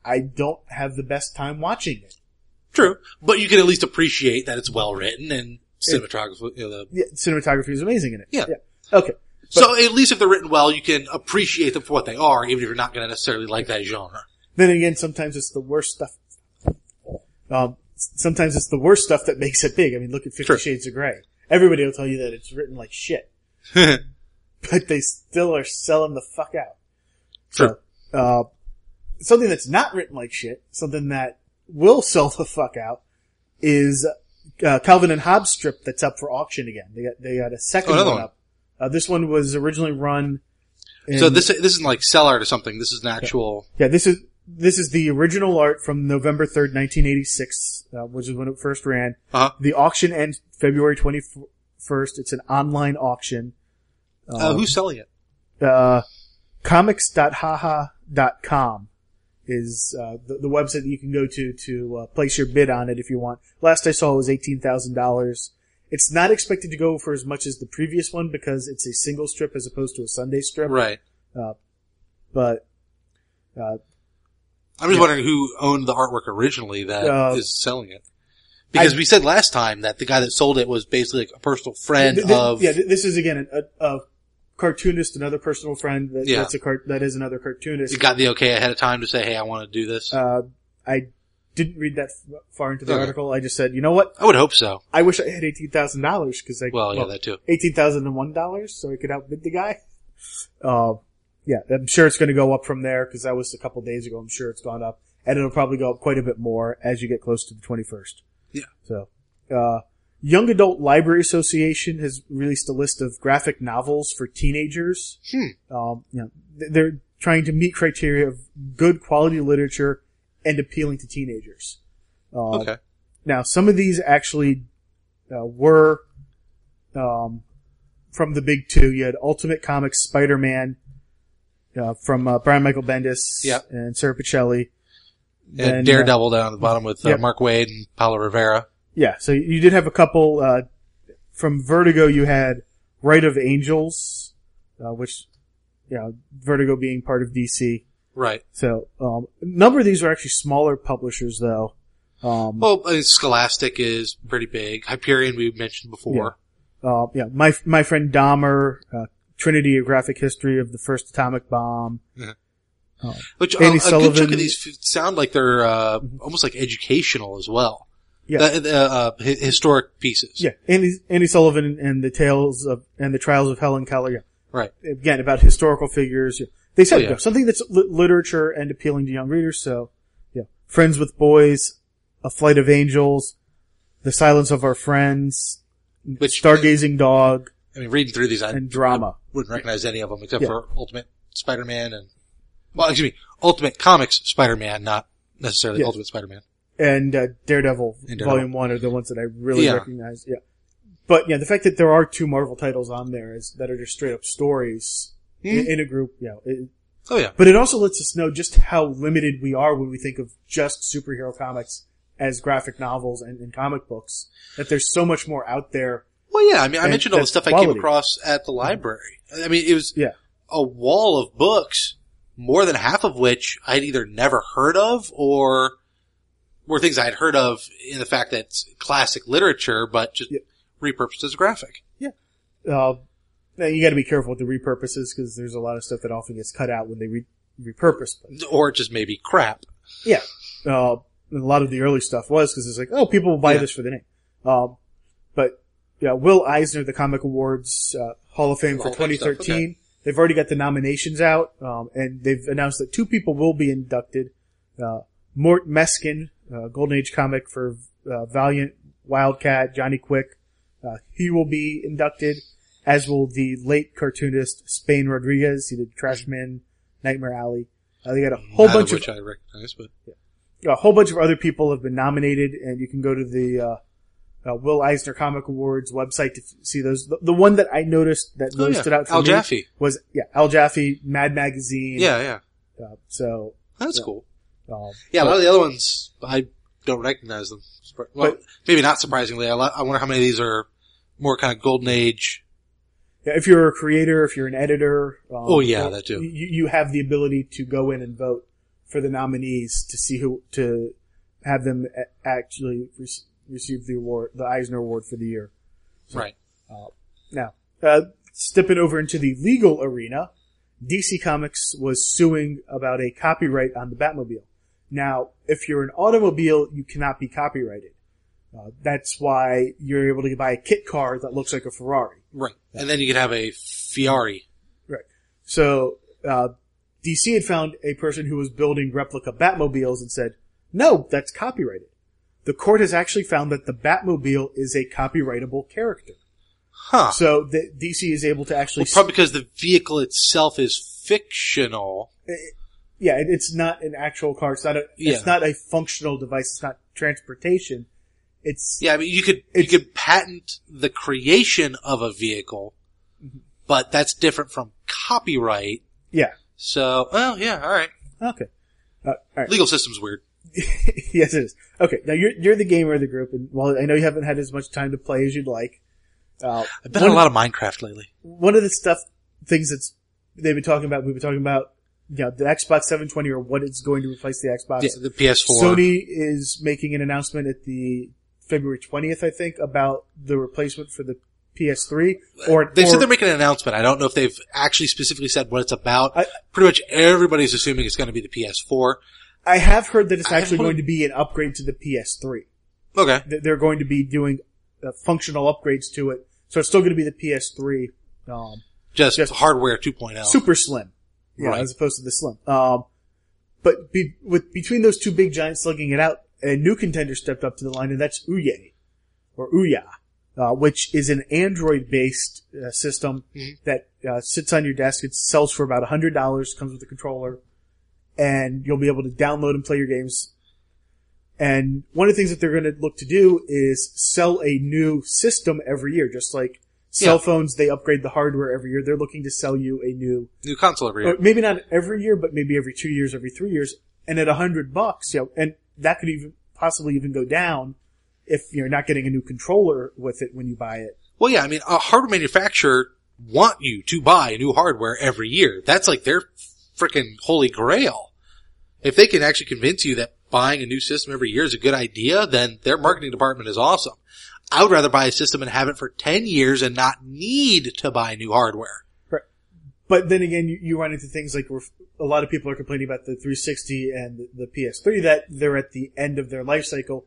S4: I don't have the best time watching it.
S1: True, but you can at least appreciate that it's well written and cinematography. You know, the-
S4: Yeah, cinematography is amazing in it.
S1: Yeah.
S4: Okay.
S1: so at least if they're written well, you can appreciate them for what they are, even if you're not gonna necessarily like that genre.
S4: Then again, sometimes it's the worst stuff. Um, s- sometimes it's the worst stuff that makes it big. I mean, look at Fifty
S1: Sure.
S4: Shades of Grey. Everybody will tell you that it's written like shit, but they still are selling the fuck out.
S1: True.
S4: So, uh, something that's not written like shit, something that will sell the fuck out, is uh, Calvin and Hobbes strip that's up for auction again. They got they got a second
S1: Oh,
S4: one
S1: another one.
S4: up. Uh, this one was originally run. in-
S1: So this this isn't like sell art or something. This is an actual.
S4: yeah, this is this is the original art from November third, nineteen eighty six, uh, which is when it first ran.
S1: Uh-huh.
S4: The auction ends February twenty first. It's an online auction. Um,
S1: Uh, who's selling it?
S4: uh, comics.haha.com is uh, the, the website that you can go to to uh, place your bid on it if you want. Last I saw was eighteen thousand dollars. It's not expected to go for as much as the previous one because it's a single strip as opposed to a Sunday strip.
S1: Right.
S4: But uh,
S1: I'm just
S4: Yeah.
S1: wondering who owned the artwork originally that is
S4: Uh,
S1: selling it. Because we said last time that the guy that sold it was basically like a personal friend
S4: Th- th-
S1: of
S4: yeah, th- this is again a, a, a cartoonist, another personal friend. That,
S1: Yeah.
S4: that's a car- that is another cartoonist.
S1: You got the okay ahead of time to say, "Hey, I want to do this."
S4: Uh, I didn't read that f- far into the
S1: Okay.
S4: article. I just said, you know what?
S1: I would hope so.
S4: I wish I had eighteen thousand dollars because I
S1: Well, yeah, that too.
S4: eighteen thousand and one dollars, so I could outbid the guy. Uh, yeah, I'm sure it's going to go up from there because that was a couple days ago. I'm sure it's gone up, and it'll probably go up quite a bit more as you get close to the 21st.
S1: Yeah.
S4: So, uh, Young Adult Library Association has released a list of graphic novels for teenagers.
S1: Hmm.
S4: Um, you know, th- they're trying to meet criteria of good quality literature and appealing to teenagers. Um,
S1: okay.
S4: now, some of these actually uh, were um, from the big two. You had Ultimate Comics Spider-Man uh, from uh, Brian Michael Bendis
S1: Yep.
S4: and Sarah Pacelli.
S1: And
S4: Then,
S1: Daredevil down at the bottom with uh,
S4: yep.
S1: Mark Wade and Paolo Rivera.
S4: Yeah, so you did have a couple uh, from Vertigo. You had Rite of Angels, uh, which you know Vertigo being part of DC.
S1: Right.
S4: So um, a number of these were actually smaller publishers, though. Um,
S1: Well, uh, Scholastic is pretty big. Hyperion we mentioned before.
S4: uh, yeah, my my friend Dahmer, uh, Trinity: A Graphic History of the First Atomic Bomb.
S1: Which
S4: Andy
S1: a, a good chunk
S4: Sullivan. Mm-hmm.
S1: of these f- sound like they're uh, almost like educational as well.
S4: Yeah.
S1: Uh, uh, uh, hi- historic pieces.
S4: Yeah, Andy Andy Sullivan and the tales of and the trials of Helen Keller. Yeah.
S1: Right.
S4: again about historical figures. They
S1: Oh,
S4: said
S1: yeah.
S4: yeah, something that's li- literature and appealing to young readers. So, yeah, Friends with Boys, A Flight of Angels, The Silence of Our Friends,
S1: Which-
S4: Stargazing Dog,
S1: I mean, reading through these, I
S4: and Drama.
S1: wouldn't recognize any of them except
S4: Yeah.
S1: for Ultimate Spider-Man and, well, excuse me, Ultimate Comics Spider-Man, not necessarily
S4: Yeah.
S1: Ultimate Spider-Man.
S4: and uh, Daredevil
S1: And Daredevil.
S4: Volume One are the ones that I really
S1: Yeah.
S4: recognize. Yeah, but yeah, the fact that there are two Marvel titles on there is that are just straight up stories
S1: Hmm.
S4: in, in a group. Yeah, it,
S1: Oh yeah.
S4: but it also lets us know just how limited we are when we think of just superhero comics as graphic novels and, and comic books. That there's so much more out there.
S1: Well, yeah. I mean, I
S4: And
S1: mentioned all the
S4: that's
S1: stuff I came
S4: quality.
S1: across at the library. I mean, it was
S4: Yeah.
S1: a wall of books, more than half of which I'd either never heard of or were things I had heard of in the fact that it's classic literature, but just
S4: Yeah.
S1: repurposed as a graphic.
S4: Uh, now you got to be careful with the repurposes because there's a lot of stuff that often gets cut out when they re- repurpose. But
S1: Or just maybe crap.
S4: Yeah. Uh, a lot of the early stuff was because it's like, oh, people will buy
S1: Yeah.
S4: this for the name. Um, but yeah, Will Eisner, the Comic Awards uh, Hall of Fame
S1: Hall
S4: for
S1: of Fame stuff,
S4: 2013. They've already got the nominations out, um, and they've announced that two people will be inducted. Uh, Mort Meskin, uh, Golden Age comic for uh, Valiant, Wildcat, Johnny Quick. Uh, he will be inducted, as will the late cartoonist Spain Rodriguez. He did Trashman, Nightmare Alley. Uh, they got a whole
S1: Neither
S4: bunch of
S1: which I recognize, but
S4: a whole bunch of other people have been nominated, and you can go to the uh, uh, Will Eisner Comic Awards website to f- see those. The, the one that I noticed that
S1: Oh,
S4: really
S1: yeah.
S4: stood out for
S1: Al
S4: me
S1: Jaffe.
S4: was yeah Al Jaffe, Mad Magazine.
S1: Yeah, yeah.
S4: Uh, so
S1: That's
S4: Yeah.
S1: cool.
S4: um,
S1: Yeah, a lot of the other ones I don't recognize them. Surpri- Well,
S4: But-
S1: maybe not surprisingly. A lot, I wonder how many of these are more kind of golden age.
S4: yeah, if you're a creator, if you're an editor, um,
S1: Oh, yeah,
S4: uh,
S1: that too.
S4: You, you have the ability to go in and vote for the nominees to see who to have them a- actually rec- receive the award, the Eisner Award for the year.
S1: Right.
S4: Now, uh, stepping over into the legal arena, DC Comics was suing about a copyright on the Batmobile. Now, if you're an automobile, you cannot be copyrighted. Uh, that's why you're able to buy a kit car that looks like a Ferrari.
S1: Right. And then you could have a Fiari.
S4: So, uh, DC had found a person who was building replica Batmobiles and said, no, that's copyrighted. The court has actually found that the Batmobile is a copyrightable character.
S1: Huh.
S4: So the DC is able to actually
S1: Ah. Well, probably because the vehicle itself is fictional.
S4: yeah, it, it's not an actual car. It's not a.
S1: Yeah.
S4: It's not a functional device. It's not transportation. It's
S1: Yeah, I mean, you could you
S4: It's-
S1: could patent the creation of a vehicle, but that's different from copyright.
S4: yeah.
S1: So, oh yeah, all right.
S4: Okay. Uh, all right.
S1: Legal system's weird.
S4: yes, it is. Okay. Now you're you're the gamer of the group, and while I know you haven't had as much time to play as you'd like, uh,
S1: I've been
S4: one,
S1: on a lot of Minecraft lately.
S4: one of the stuff things that's they've been talking about. We've been talking about you know the Xbox 720 or what it's going to replace the Xbox.
S1: Yeah, the PS4.
S4: Sony is making an announcement at the February 20th, I think, about the replacement for the PS3 or
S1: They
S4: or-
S1: said they're making an announcement. I don't know if they've actually specifically said what it's about.
S4: I-
S1: Pretty much everybody's assuming it's going to be the PS4.
S4: I have heard that it's
S1: I
S4: actually
S1: haven't-
S4: going to be an upgrade to the PS3.
S1: Okay.
S4: That They're going to be doing uh, functional upgrades to it. So it's still going to be the PS3, um,
S1: Just,
S4: Just-
S1: hardware oh. 2.0.
S4: super slim, you know,
S1: Right.
S4: as opposed to the slim. Um, but be, with between those two big giants slugging it out, a new contender stepped up to the line, and that's Ouye, or Ouya, uh, which is an Android-based uh, system
S1: Mhm.
S4: that uh, sits on your desk. It sells for about hundred dollars, comes with a controller, and you'll be able to download and play your games. And one of the things that they're going to look to do is sell a new system every year, just like cell
S1: Yeah.
S4: phones, they upgrade the hardware every year. They're looking to sell you a new,
S1: New console every
S4: or
S1: year.
S4: maybe not every year, but maybe every two years, every three years. And at a hundred bucks, you know, and that could even possibly even go down if you're not getting a new controller with it when you buy it.
S1: Well, yeah, I mean, a hardware manufacturer want you to buy new hardware every year. That's like their freaking holy grail. If they can actually convince you that buying a new system every year is a good idea, then their marketing department is awesome. I would rather buy a system and have it for 10 years and not need to buy new hardware.
S4: But then again, you, you run into things like where a lot of people are complaining about the 360 and the PS3 that they're at the end of their life cycle.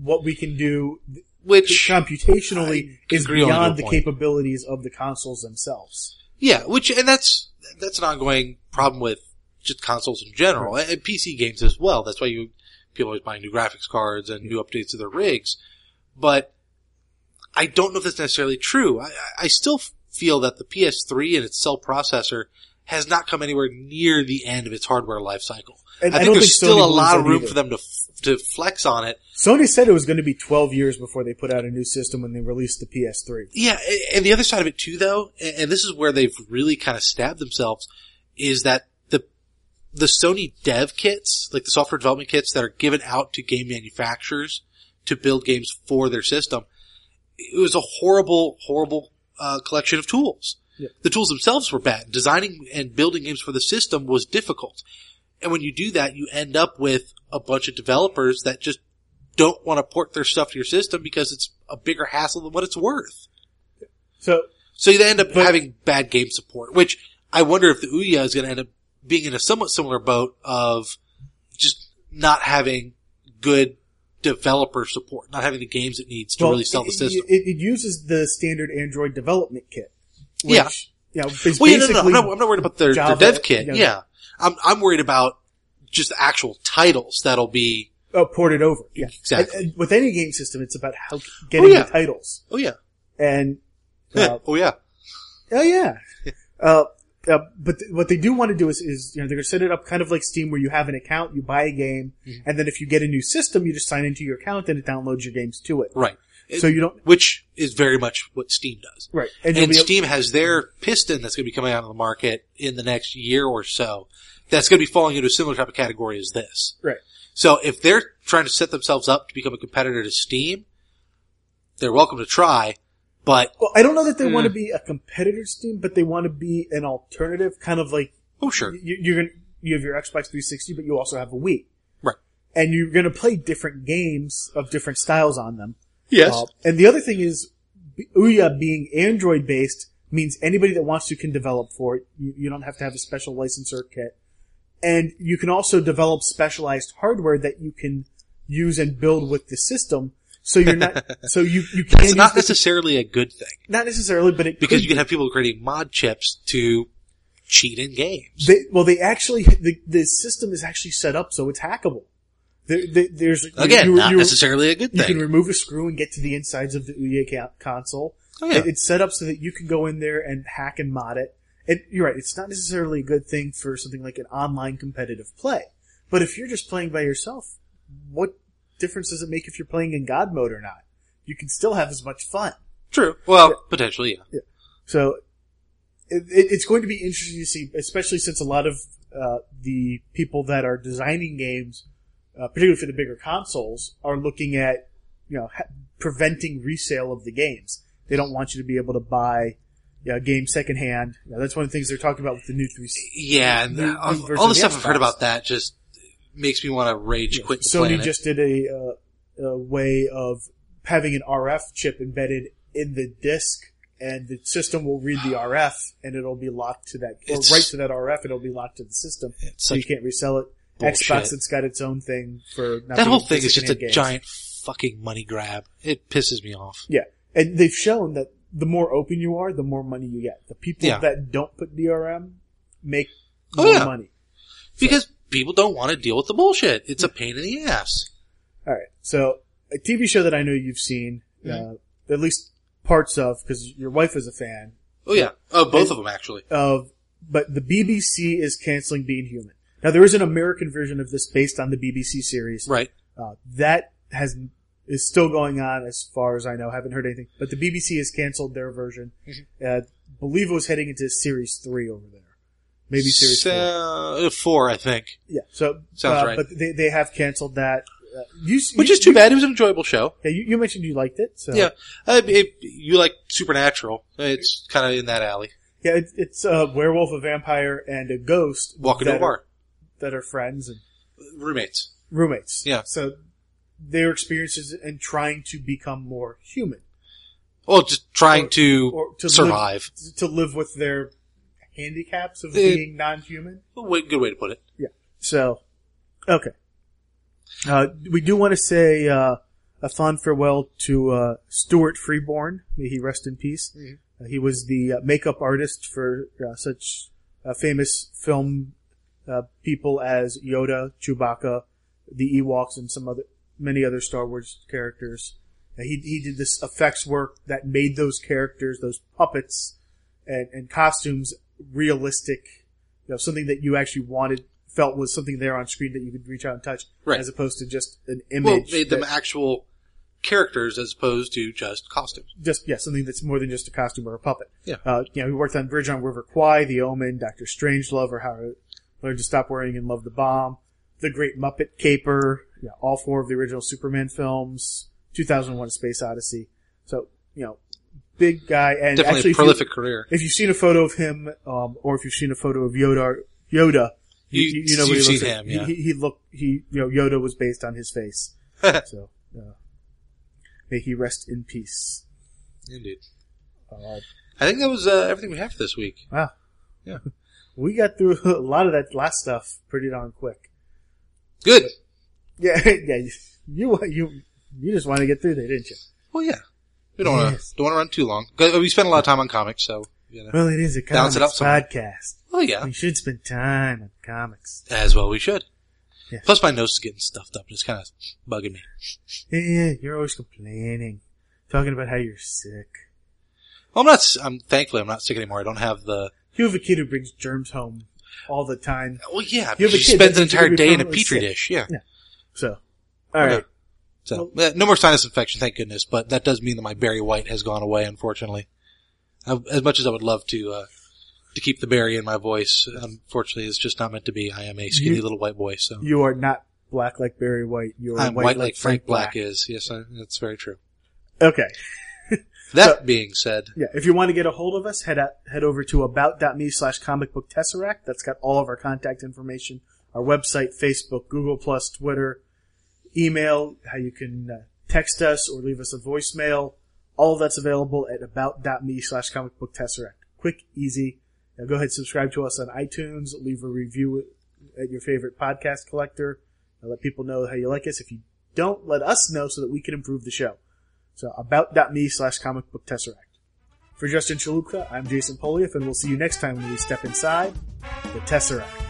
S4: What we can do
S1: Which,
S4: computationally
S1: I
S4: is
S1: agree on your
S4: beyond the
S1: point.
S4: capabilities of the consoles themselves.
S1: yeah, which, and that's, that's an ongoing problem with just consoles in general and- and PC games as well. That's why you, people are always buying new graphics cards and new updates to their rigs. but I don't know if that's necessarily true. I, I- I still f- feel that the PS3 and its cell processor has not come anywhere near the end of its hardware life cycle.
S4: And
S1: I
S4: I
S1: think
S4: don't
S1: there's
S4: think
S1: still
S4: Sony
S1: a lot of
S4: believes
S1: room
S4: that
S1: for them to f- to flex on it.
S4: Sony said it was going to be 12 years before they put out a new system when they released the PS3.
S1: Yeah, a- and the other side of it too, though, a- and this is where they've really kind of stabbed themselves, is that the the Sony dev kits, like the software development kits that are given out to game manufacturers to build games for their system, it was a horrible, horrible uh, collection of tools.
S4: Yeah.
S1: The tools themselves were bad. Designing and building games for the system was difficult, and when you do that, you end up with a bunch of developers that just don't want to port their stuff to your system because it's a bigger hassle than what it's worth.
S4: So
S1: So you end up
S4: But-
S1: having bad game support, which I wonder if the Ouya is going to end up being in a somewhat similar boat of just not having good developer support, not having the games it needs to
S4: well,
S1: really sell the
S4: it-
S1: system.
S4: It, it uses the standard Android development kit. Which,
S1: Yeah.
S4: You know, is
S1: well, yeah, no,
S4: basically
S1: no, no, I'm not, I'm not worried about their, their
S4: Java,
S1: dev kit.
S4: you know.
S1: yeah, I'm I'm worried about just the actual titles that'll be.
S4: uh, ported over. Yeah.
S1: Exactly.
S4: And- and with any game system, it's about how getting
S1: Oh, yeah.
S4: the titles.
S1: Oh yeah,
S4: And uh,
S1: oh yeah,
S4: oh yeah, uh, uh, but th- what they do want to do is, is you know they're going to set it up kind of like Steam, where you have an account, you buy a game,
S1: Mm-hmm.
S4: and then if you get a new system, you just sign into your account and it downloads your games to it.
S1: right. It-
S4: So you don't
S1: which is very much what Steam does.
S4: right, you'll
S1: And
S4: be able-
S1: Steam has their piston that's going to be coming out on the market in the next year or so. That's going to be falling into a similar type of category as this.
S4: right.
S1: So if they're trying to set themselves up to become a competitor to Steam, they're welcome to try, but
S4: Well, I don't know that they want to
S1: Mm.
S4: be a competitor to Steam, but they want to be an alternative, kind of like
S1: oh sure,
S4: you, you're going to you have your Xbox 360, but you also have a Wii,
S1: right,
S4: and you're going to play different games of different styles on them.
S1: yes,
S4: Uh, and the other thing is, B- Ouya being Android based means anybody that wants to can develop for it. You, you don't have to have a special licensor kit. And you can also develop specialized hardware that you can use and build with the system. So you're not, so you, you can
S1: it's not
S4: use the-
S1: necessarily a good thing
S4: not necessarily, but it
S1: because
S4: could
S1: you can have people creating mod chips to cheat in games.
S4: They, well, they actually the the system is actually set up so it's hackable. There, there, there's
S1: Again,
S4: you, you,
S1: not
S4: you,
S1: necessarily a good
S4: you can
S1: thing.
S4: remove a screw and get to the insides of the Ouya ca- console.
S1: Oh, yeah.
S4: It- it's set up so that you can go in there and hack and mod it. And you're right; it's not necessarily a good thing for something like an online competitive play. But if you're just playing by yourself, what difference does it make if you're playing in God mode or not? You can still have as much fun.
S1: True. Well, potentially, yeah.
S4: So it, it, it's going to be interesting to see, especially since a lot of uh, the people that are designing games, uh, particularly for the bigger consoles, are looking at you know ha- preventing resale of the games. They don't want you to be able to buy you know, a game secondhand. You know, that's one of the things they're talking about with the new three.
S1: Yeah, and
S4: New- new
S1: all, all
S4: version
S1: the
S4: of the
S1: stuff I've heard
S4: Xbox.
S1: about that just makes me want to rage quit the
S4: Sony
S1: planet.
S4: just did a, uh, a way of having an RF chip embedded in the disc. And the system will read the RF, and it'll be locked to that, or
S1: It's-
S4: right to that RF, and it'll be locked to the system.
S1: It's
S4: so
S1: such
S4: you can't resell it.
S1: bullshit.
S4: Xbox, it's got its own thing for
S1: that
S4: not being
S1: whole thing is just a
S4: secondhand games.
S1: giant fucking money grab. It pisses me off.
S4: Yeah, and they've shown that the more open you are, the more money you get. The people
S1: Yeah.
S4: that don't put DRM make
S1: Oh,
S4: more
S1: yeah.
S4: money.
S1: Because people don't want to deal with the bullshit. It's a pain in the ass.
S4: All right, so a TV show that I know you've seen, uh, at least parts of, because your wife is a fan
S1: Oh yeah. Oh, both of them actually.
S4: of, but the BBC is canceling Being Human. Now there is an American version of this based on the BBC series,
S1: Right.
S4: Uh, that has is still going on as far as I know. Haven't heard anything, but the BBC has canceled their version.
S1: Mm-hmm.
S4: Uh, believe it was heading into series three over there, maybe series four.
S1: so, uh, four, I think.
S4: Yeah. So,
S1: Sounds
S4: uh,
S1: right.
S4: But they, they have canceled that. Uh, you,
S1: Which
S4: you-
S1: is too
S4: you-
S1: bad. It was an enjoyable show.
S4: Yeah, you, you mentioned you liked it. So
S1: Yeah, Uh, it- you like Supernatural? It's kind of in that alley.
S4: yeah. It, it's a werewolf, a vampire, and a ghost
S1: Walking to
S4: that
S1: a bar,
S4: are, that are friends and
S1: roommates.
S4: roommates.
S1: Yeah.
S4: So their experiences and trying to become more human
S1: Well, just trying
S4: Or-
S1: to,
S4: or to
S1: survive.
S4: live, to live with their handicaps of
S1: Eh.
S4: being non-human.
S1: Wa- Good way to put it.
S4: So, okay. Uh, we do want to say uh, a fond farewell to uh, Stuart Freeborn. May he rest in peace.
S1: Mhm.
S4: Uh, he was the uh, makeup artist for uh, such uh, famous film uh, people as Yoda, Chewbacca, the Ewoks, and some other many other Star Wars characters. Uh, he he did this effects work that made those characters, those puppets, and, and costumes realistic you know, something that you actually wanted, felt was something there on screen that you could reach out and touch,
S1: Right.
S4: as opposed to just an
S1: Well,
S4: image.
S1: made them
S4: that-
S1: actual characters as opposed to just costumes.
S4: just yeah, something that's more than just a costume or a puppet.
S1: Yeah.
S4: uh, you know, he worked on Bridge on River Kwai, The Omen, Doctor Strangelove, or How to Learn to Stop Worrying and Love the Bomb, The Great Muppet Caper, you know, all four of the original Superman films, 2001: A Space Odyssey. So you know, big guy and
S1: Definitely
S4: actually
S1: a
S4: if you-
S1: prolific career.
S4: If you've seen a photo of him, um, or if you've seen a photo of Yoda, Yoda, you,
S1: You-
S4: you, know
S1: you've
S4: what he looks
S1: seen
S4: like.
S1: him, yeah.
S4: He, he, he looked, he, you know, Yoda was based on his face. so, uh, may he rest in peace.
S1: Indeed.
S4: Uh,
S1: I think that was uh, everything we have for this week.
S4: wow.
S1: Yeah.
S4: We got through a lot of that last stuff pretty darn quick.
S1: Good.
S4: Yeah, yeah. You, you, you, you just wanted to get through there, didn't you?
S1: Well, yeah. We don't want
S4: Yes.
S1: to don't want to run too long. 'Cause We spent a lot of time on comics, so you know.
S2: Well, it is a
S1: Bounce
S2: comics
S1: it up some.
S2: podcast.
S1: Well, yeah,
S2: We should spend time on comics.
S1: as well we should.
S2: Yes.
S1: Plus, my nose is getting stuffed up. It's kind of bugging me.
S2: Yeah, yeah, you're always complaining, talking about how you're sick.
S1: Well, I'm not. s- I'm thankfully I'm not sick anymore. I don't have the.
S4: You have a kid who brings germs home all the time.
S1: Well, yeah,
S4: You have a
S1: she
S4: kid
S1: spends an
S4: that's gonna
S1: entire
S4: be
S1: day in a
S4: permanently
S1: petri
S4: sick.
S1: dish. Yeah.
S4: So, alright.
S1: So uh, no more sinus infection, thank goodness. But that does mean that my Barry White has gone away, unfortunately. I, as much as I would love to uh, to keep the Barry in my voice, unfortunately, it's just not meant to be. I am a skinny
S4: You-
S1: little white boy, so
S4: You are not black like Barry White. You are
S1: I'm
S4: white, like Frank Black.
S1: is. Yes, I, that's very true.
S4: Okay.
S1: That being said,
S4: Yeah, if you want to get a hold of us, head out, head over to about.me slash comic book tesseract. That's got all of our contact information, our website, Facebook, Google Plus, Twitter, email, how you can uh, text us or leave us a voicemail. All of that's available at about.me slash comic book tesseract. Quick, easy. Now go ahead, subscribe to us on iTunes, leave a review at your favorite podcast collector, and let people know how you like us. If you don't, let us know so that we can improve the show. So about.me slash comic book tesseract. For Justin Chalupka, I'm Jason Polioff, and we'll see you next time when we step inside the Tesseract.